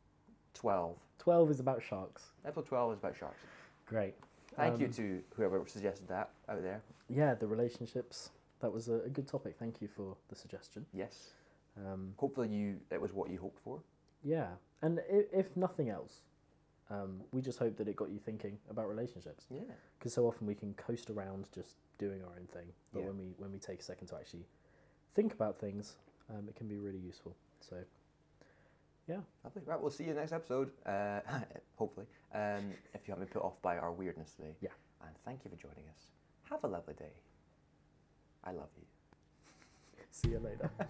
Speaker 2: 12.
Speaker 1: 12 is about sharks.
Speaker 2: Episode 12 is about sharks.
Speaker 1: Great.
Speaker 2: Thank you to whoever suggested that out there.
Speaker 1: Yeah, the relationships. That was a, a good topic. Thank you for the suggestion.
Speaker 2: Yes.
Speaker 1: Um,
Speaker 2: Hopefully you it was what you hoped for.
Speaker 1: yeah. And if, if nothing else, um, we just hope that it got you thinking about relationships.
Speaker 2: Yeah.
Speaker 1: because so often we can coast around just doing our own thing but
Speaker 2: Yeah.
Speaker 1: when we when we take a second to actually think about things um, it can be really useful so yeah
Speaker 2: Lovely. Right, we'll see you next episode. Uh, [LAUGHS] hopefully, um, if you haven't been put off by our weirdness today.
Speaker 1: Yeah.
Speaker 2: And thank you for joining us. Have a lovely day. I love you.
Speaker 1: see you later